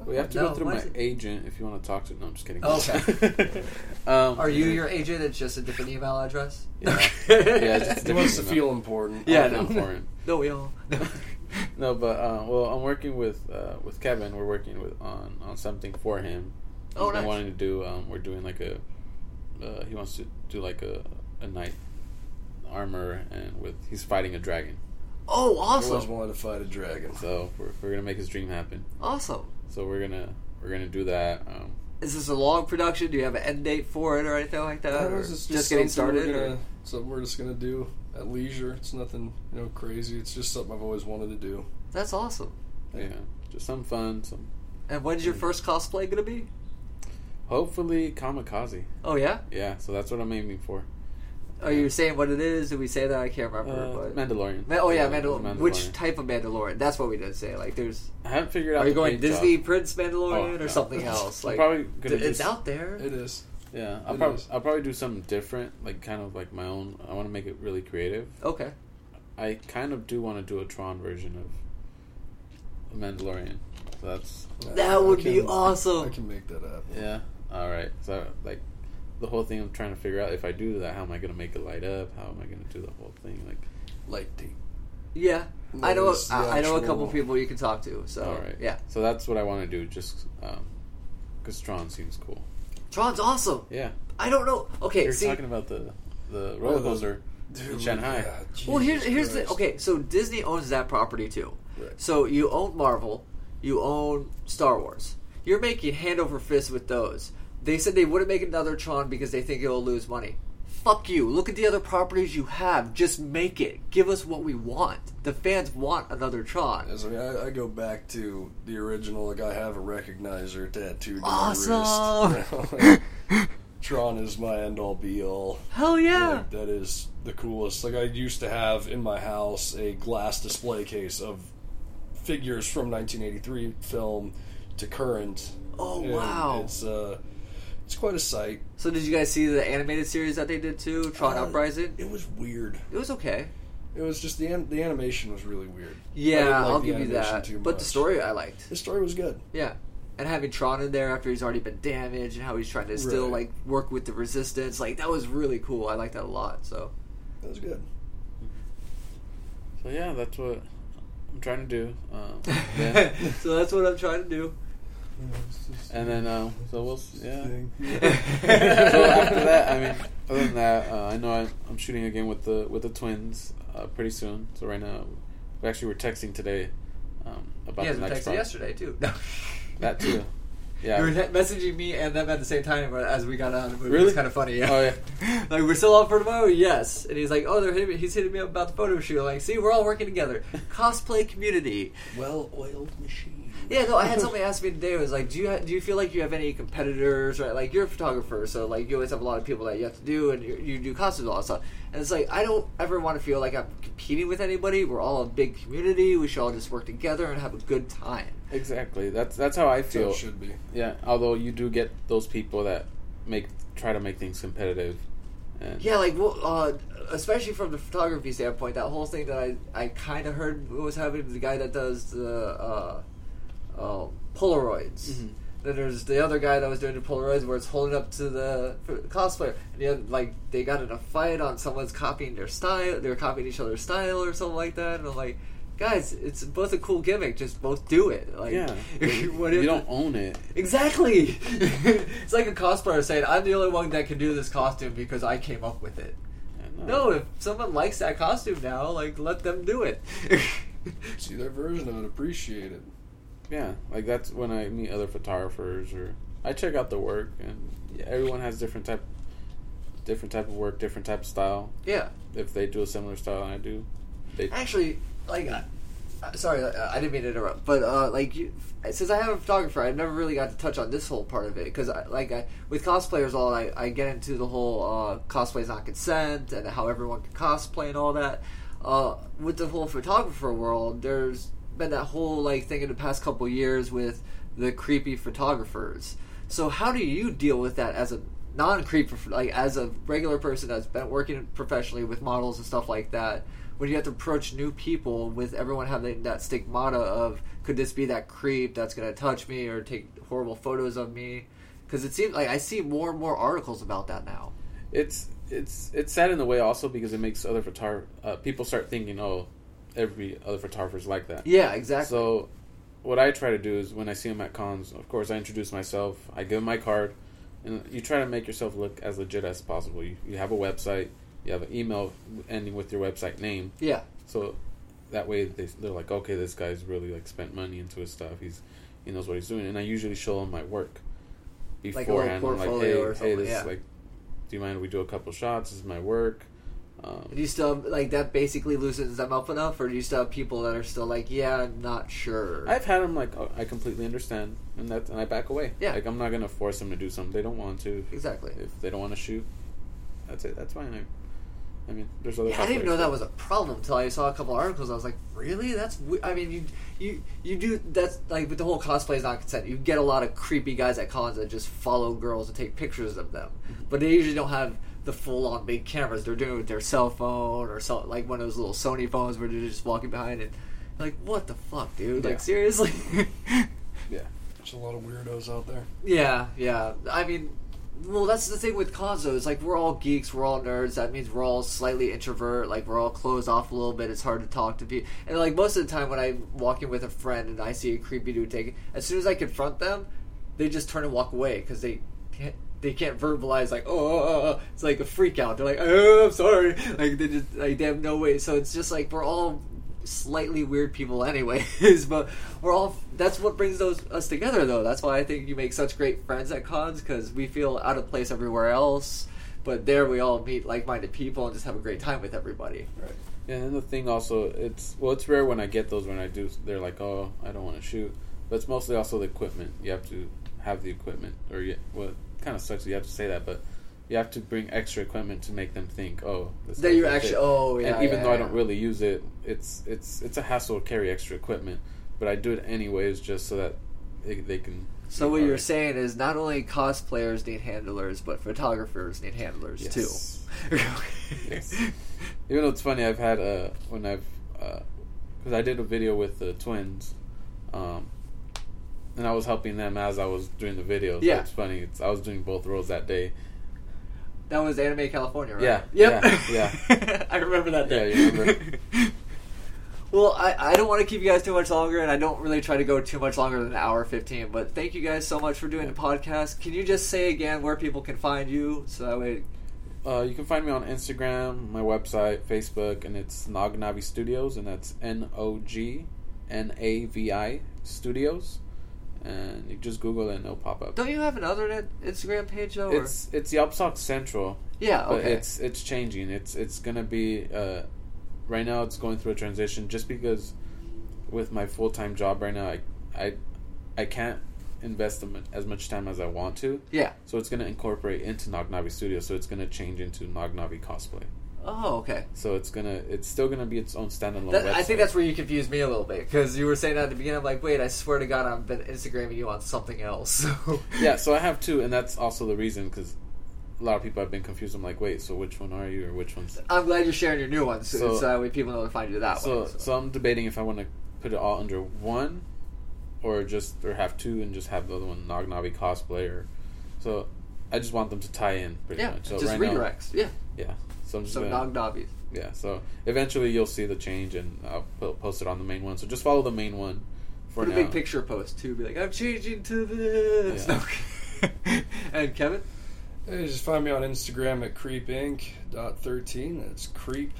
We have to Oh, No, go through why my is it- Oh, agent if you want to talk to. No, I'm just kidding. Okay. um, Are you your agent? It's just a different email address. Yeah. Yeah, just a He different wants to email. feel important. Yeah, Yeah, no. no. Foreign. no, we all. No, but uh, well, I'm working with uh, with Kevin. We're working with on on something for him. Oh, He's been nice. wanting to do. Um, we're doing like a. Uh, he wants to do like a a knight armor and with he's fighting a dragon. oh, I always awesome! wanted to fight a dragon. So we're, we're gonna make his dream happen. Awesome. So we're gonna we're gonna do that. Um, Is this a long production? Do you have an end date for it or anything like that? That or was just, getting something started? We're or- gonna, something we're just gonna do at leisure. It's nothing, you know, crazy. It's just something I've always wanted to do. That's awesome. yeah, just some fun. Some And when's Hmm. your first cosplay gonna be? hopefully kamikaze. Oh yeah. Yeah, so that's what I'm aiming for. Are you saying what it is? Did we say that? I can't Uh, remember. but Mandalorian. Ma- oh yeah, the Mandal- Which type of Mandalorian? That's what we didn't say. Like, there's. I haven't figured out. Are you the going paint Disney job. Prince Mandalorian Oh, or no. something else? I'm Like, probably gonna th- do it's s- out there. It is. Yeah, I'll It probably is. I'll probably do something different, like kind of like my own. I want to make it really creative. Okay. I kind of do want to do a Tron version of a Mandalorian. So that's That I would be can- awesome. I can make that happen. yeah. All right. So like the whole thing I'm trying to figure out if I do that, how am I gonna make it light up? How am I gonna do the whole thing? Like Lighting. Yeah, I know. Notice the I, I know a couple actual- people you can talk to. So all right. yeah, So that's what I want to do. Just um 'cause Tron seems cool. Tron's awesome. Yeah. I don't know. Okay, You're see, Oh, talking about the the roller coaster in Shanghai. yeah, well here's Jesus here's the Christ. okay. So Disney owns that property too. Right. So you own Marvel, you own Star Wars. You're making hand over fist with those. They said they wouldn't make another Tron because they think it'll lose money. Fuck you. Look at the other properties you have. Just make it. Give us what we want. The fans want another Tron. As I, mean, I, I go back to the original. Like I have a recognizer tattooed on my wrist. Awesome. You know, like, Tron is my end all be all. Hell yeah. Like, that is the coolest. Like I used to have in my house a glass display case of figures from 1983 film to current. Oh, And wow. It's uh, it's quite a sight. So did you guys see the animated series that they did too? Tron Uh, Uprising. It was weird. It was okay. It was just the an- the animation was really weird. I Yeah, didn't like I'll the give you animation that. too But the much. story I liked. the story was good. Yeah. And having Tron in there after he's already been damaged and how he's trying to still Right. like work with the resistance, like that was really cool. I like that a lot. So It was good. So yeah, that's what I'm trying to do. Um, yeah. So that's what I'm trying to do. and then uh, so we'll s- yeah. so after yeah, that, I mean, other than that, uh, I know I'm, I'm shooting again with the with the twins uh, pretty soon. So right now, we actually were texting today um, about I the texted next project. yesterday too. No. That too. You were Yeah. te- messaging me and them at the same time as we got out of the movie. Really? It's kind of funny. Yeah. Oh yeah. like we're still on for tomorrow, yes. And he's like, oh, they're hitting me. he's hitting me up about the photo shoot. Like, see, we're all working together. Cosplay community. Well oiled machine. Yeah, no, I had somebody ask me today. It was like, do you ha- do you feel like you have any competitors? Right, like you're a photographer, so like you always have a lot of people that you have to do, and you you do costumes and all that stuff. And it's like I don't ever want to feel like I'm competing with anybody. We're all a big community. We should all just work together and have a good time. Exactly. That's that's how I So feel. it should be. Yeah. Although you do get those people that make try to make things competitive. And Yeah, like well, uh, especially from the photography standpoint, that whole thing that I I kind of heard was happening. The guy that does the uh, uh, Polaroids. Mhm. Then there's the other guy that was doing the Polaroids where it's holding up to the f- cosplayer. And the other, like they got in a fight on someone's copying their style. They're copying each other's style or something like that. And I'm like, guys, it's both a cool gimmick. Just both do it. Like, Yeah. what you if- don't own it. Exactly. it's like a cosplayer saying, "I'm the only one that can do this costume because I came up with it." Yeah, No, if someone likes that costume now, like let them do it. See their version of it, appreciate it. Yeah, like that's when I meet other photographers or I check out the work and yeah, everyone has different type different type of work, different type of style. yeah, If they do a similar style I do, they actually, like, I, I- sorry, I, I didn't mean to interrupt, but uh, like, you, since I have a photographer, I've never really got to touch on this whole part of it because, I, like, I, with cosplayers, all I, I get into the whole uh, cosplay is not consent and how everyone can cosplay and all that. Uh, with the whole photographer world, there's been that whole like thing in the past couple years with the creepy photographers. So how do you deal with that as a non creep, like as a regular person that's been working professionally with models and stuff like that? When you have to approach new people with everyone having that stigmata of could this be that creep that's going to touch me or take horrible photos of me? Because it seems like I see more and more articles about that now. it's it's it's sad in a way also because it makes other photogra- uh, people start thinking, "Oh, every other photographer's like that." Yeah, exactly. So, what I try to do is when I see them at cons, of course, I introduce myself, I give them my card, and you try to make yourself look as legit as possible. You, you have a website, you have an email ending with your website name, yeah, so that way they, they're like, okay, this guy's really like spent money into his stuff. He's he knows what he's doing, and I usually show them my work little beforehand. I'm like, portfolio hey, or hey, something, this yeah. is like, do you mind if we do a couple shots? This is my work. Um, do you still have, like that basically loosens them up enough, or do you still have people that are still like, yeah, I'm not sure. I've had them like oh, I completely understand, and that and I back away. Yeah. like I'm not gonna force them to do something they don't want to. exactly. If they don't want to shoot, that's it. That's fine. I, I mean, there's other. Yeah, I didn't even know cosplayers. that was a problem until I saw a couple articles. I was like, really? That's we- I mean, you you you do that's like with the whole cosplay is not consent. You get a lot of creepy guys at cons that just follow girls and take pictures of them, Mm-hmm. but they usually don't have the full on big cameras. They're doing it with their cell phone or so, like one of those little Sony phones where they're just walking behind and like what the fuck, dude? Yeah. Like seriously. Yeah. There's a lot of weirdos out there. Yeah, yeah. I mean, well, that's the thing with Konzo. It's like we're all geeks, we're all nerds. That means we're all slightly introvert. Like we're all closed off a little bit. It's hard to talk to people. And like most of the time, when I'm walking with a friend and I see a creepy dude taking, as soon as I confront them, they just turn and walk away because they can't. They can't verbalize like oh, oh, oh, oh." it's like a freak out. They're like oh I'm sorry like they just like they have no way. So it's just like we're all slightly weird people anyways but we're all that's what brings those us together though that's why i think you make such great friends at cons because we feel out of place everywhere else but there we all meet like-minded people and just have a great time with everybody Right. Yeah, and the thing also, it's well, it's rare when I get those. When I do, they're like, "Oh, I don't want to shoot," but it's mostly also the equipment. You have to have the equipment, or you, well, it kind of sucks. that You have to say that, but you have to bring extra equipment to make them think, "Oh, this that guy's you legit." actually oh yeah and even yeah, though I yeah. don't really use it, it's it's it's a hassle to carry extra equipment, but I do it anyways just so that they, they can. so be what you're alright. saying is not only cosplayers need handlers but photographers need handlers Yes. too Yes. Even though it's funny, I've had uh when I've because I did a video with the twins, um, and I was helping them as I was doing the video. So Yeah. it's funny. It's I was doing both roles that day. that was anime california right Yeah, yep yeah, i remember that Yeah, day you remember. Well, I, I don't want to keep you guys too much longer, and I don't really try to go too much longer than an hour 15, but thank you guys so much for doing the podcast. Can you just say again where people can find you so that way? Uh, you can find me on Instagram, my website, Facebook, and it's Nognavi Studios, and that's N O G N A V I Studios, and you just Google it and it'll pop up. Don't you have another net- Instagram page, though? or- It's it's Yopsock Central. yeah, But okay. it's it's changing. It's it's gonna be uh, right now. It's going through a transition just because with my full time job right now, I I I can't invest the mu- as much time as I want to. yeah. So it's gonna incorporate into Nognavi Studio. So it's gonna change into Nognavi Cosplay. Oh, okay. So it's gonna it's still gonna be its own standalone. That, website. I think that's where you confused me a little bit because you were saying that at the beginning. I'm like, wait, I swear to God, I've been Instagramming you on something else. So. yeah. So I have two, and that's also the reason because a lot of people have been confused. I'm like, wait, so which one are you, or which one's I'm glad you're sharing your new ones so, So- so that way people know to find you that so, way. so. so I'm debating if I want to put it all under one, or just or have two and just have the other one Nognavi cosplay. Or, so I just want them to tie in pretty Yeah, much. So just right now, redirects. yeah, yeah. So I'm just so gonna, Nog Dobbies. yeah. So eventually you'll see the change, and I'll po- post it on the main one. So just follow the main one for Put now. a big picture post too. Be like, I'm changing to this. Yeah. Okay. and Kevin, Mm-hmm. Hey, just find me on Instagram at creepinc.13. That's creep,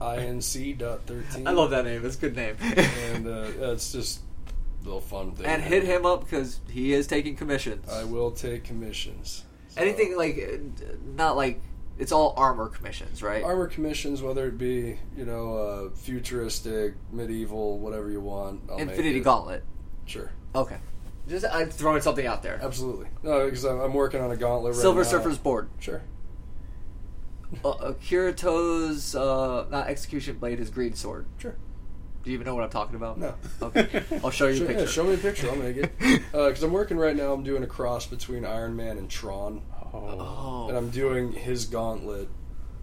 inc dot thirteen. I love that name. It's a good name. And uh, that's just a little fun thing. and hit him up because he is taking commissions. I will take commissions. So- Anything like, uh, not like it's all armor commissions, right? armor commissions, whether it be you know uh, futuristic, medieval, whatever you want. I'll make Infinity it. Gauntlet. Sure, Okay, just I'm throwing something out there. absolutely. No, because I'm, I'm working on a gauntlet. Silver right now. Surfer's board. Sure. Uh, uh, Kirito's uh, not execution blade is green sword. Sure. Do you even know what I'm talking about? No. Okay, I'll show you Sure, a picture. yeah, show me a picture. I'll make it. Because I'm working right now. I'm doing a cross between Iron Man and Tron, Oh. Oh. and I'm doing his gauntlet,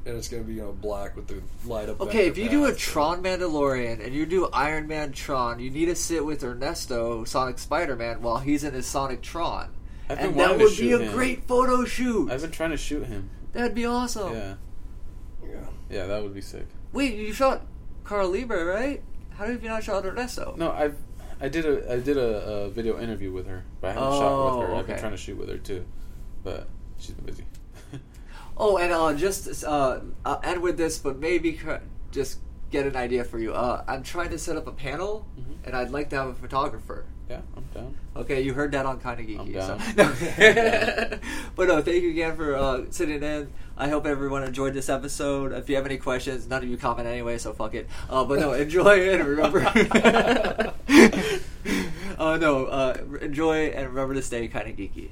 and it's gonna be you know black with the light up. Okay, if vector you do a path. Tron Mandalorian and you do Iron Man Tron, you need to sit with Ernesto, Sonic Spider Man, while he's in his Sonic Tron. I've been And wanting that to would be shoot a him. great Oh. photo shoot. I've been trying to shoot him. That'd be awesome. Yeah, Yeah. yeah, that would be sick. Wait, you shot Carl Lieber, right? How did you not shot Ernesto? No, I've I did a I did a, a video interview with her, but I haven't shot with Oh, her. I've been okay. trying to shoot with her too, but she's been busy. Oh, and uh, just uh, I'll end with this, but maybe cur- just get an idea for you. Uh, I'm trying to set up a panel, Mhm. and I'd like to have a photographer. yeah, I'm down. Okay, you heard that on Kinda Geeky. I'm down. so- No. but no, thank you again for uh, sitting in. I hope everyone enjoyed this episode. If you have any questions, none of you comment anyway, so fuck it. Uh, but no, enjoy it and remember. uh, no, uh, enjoy and remember to stay kinda geeky.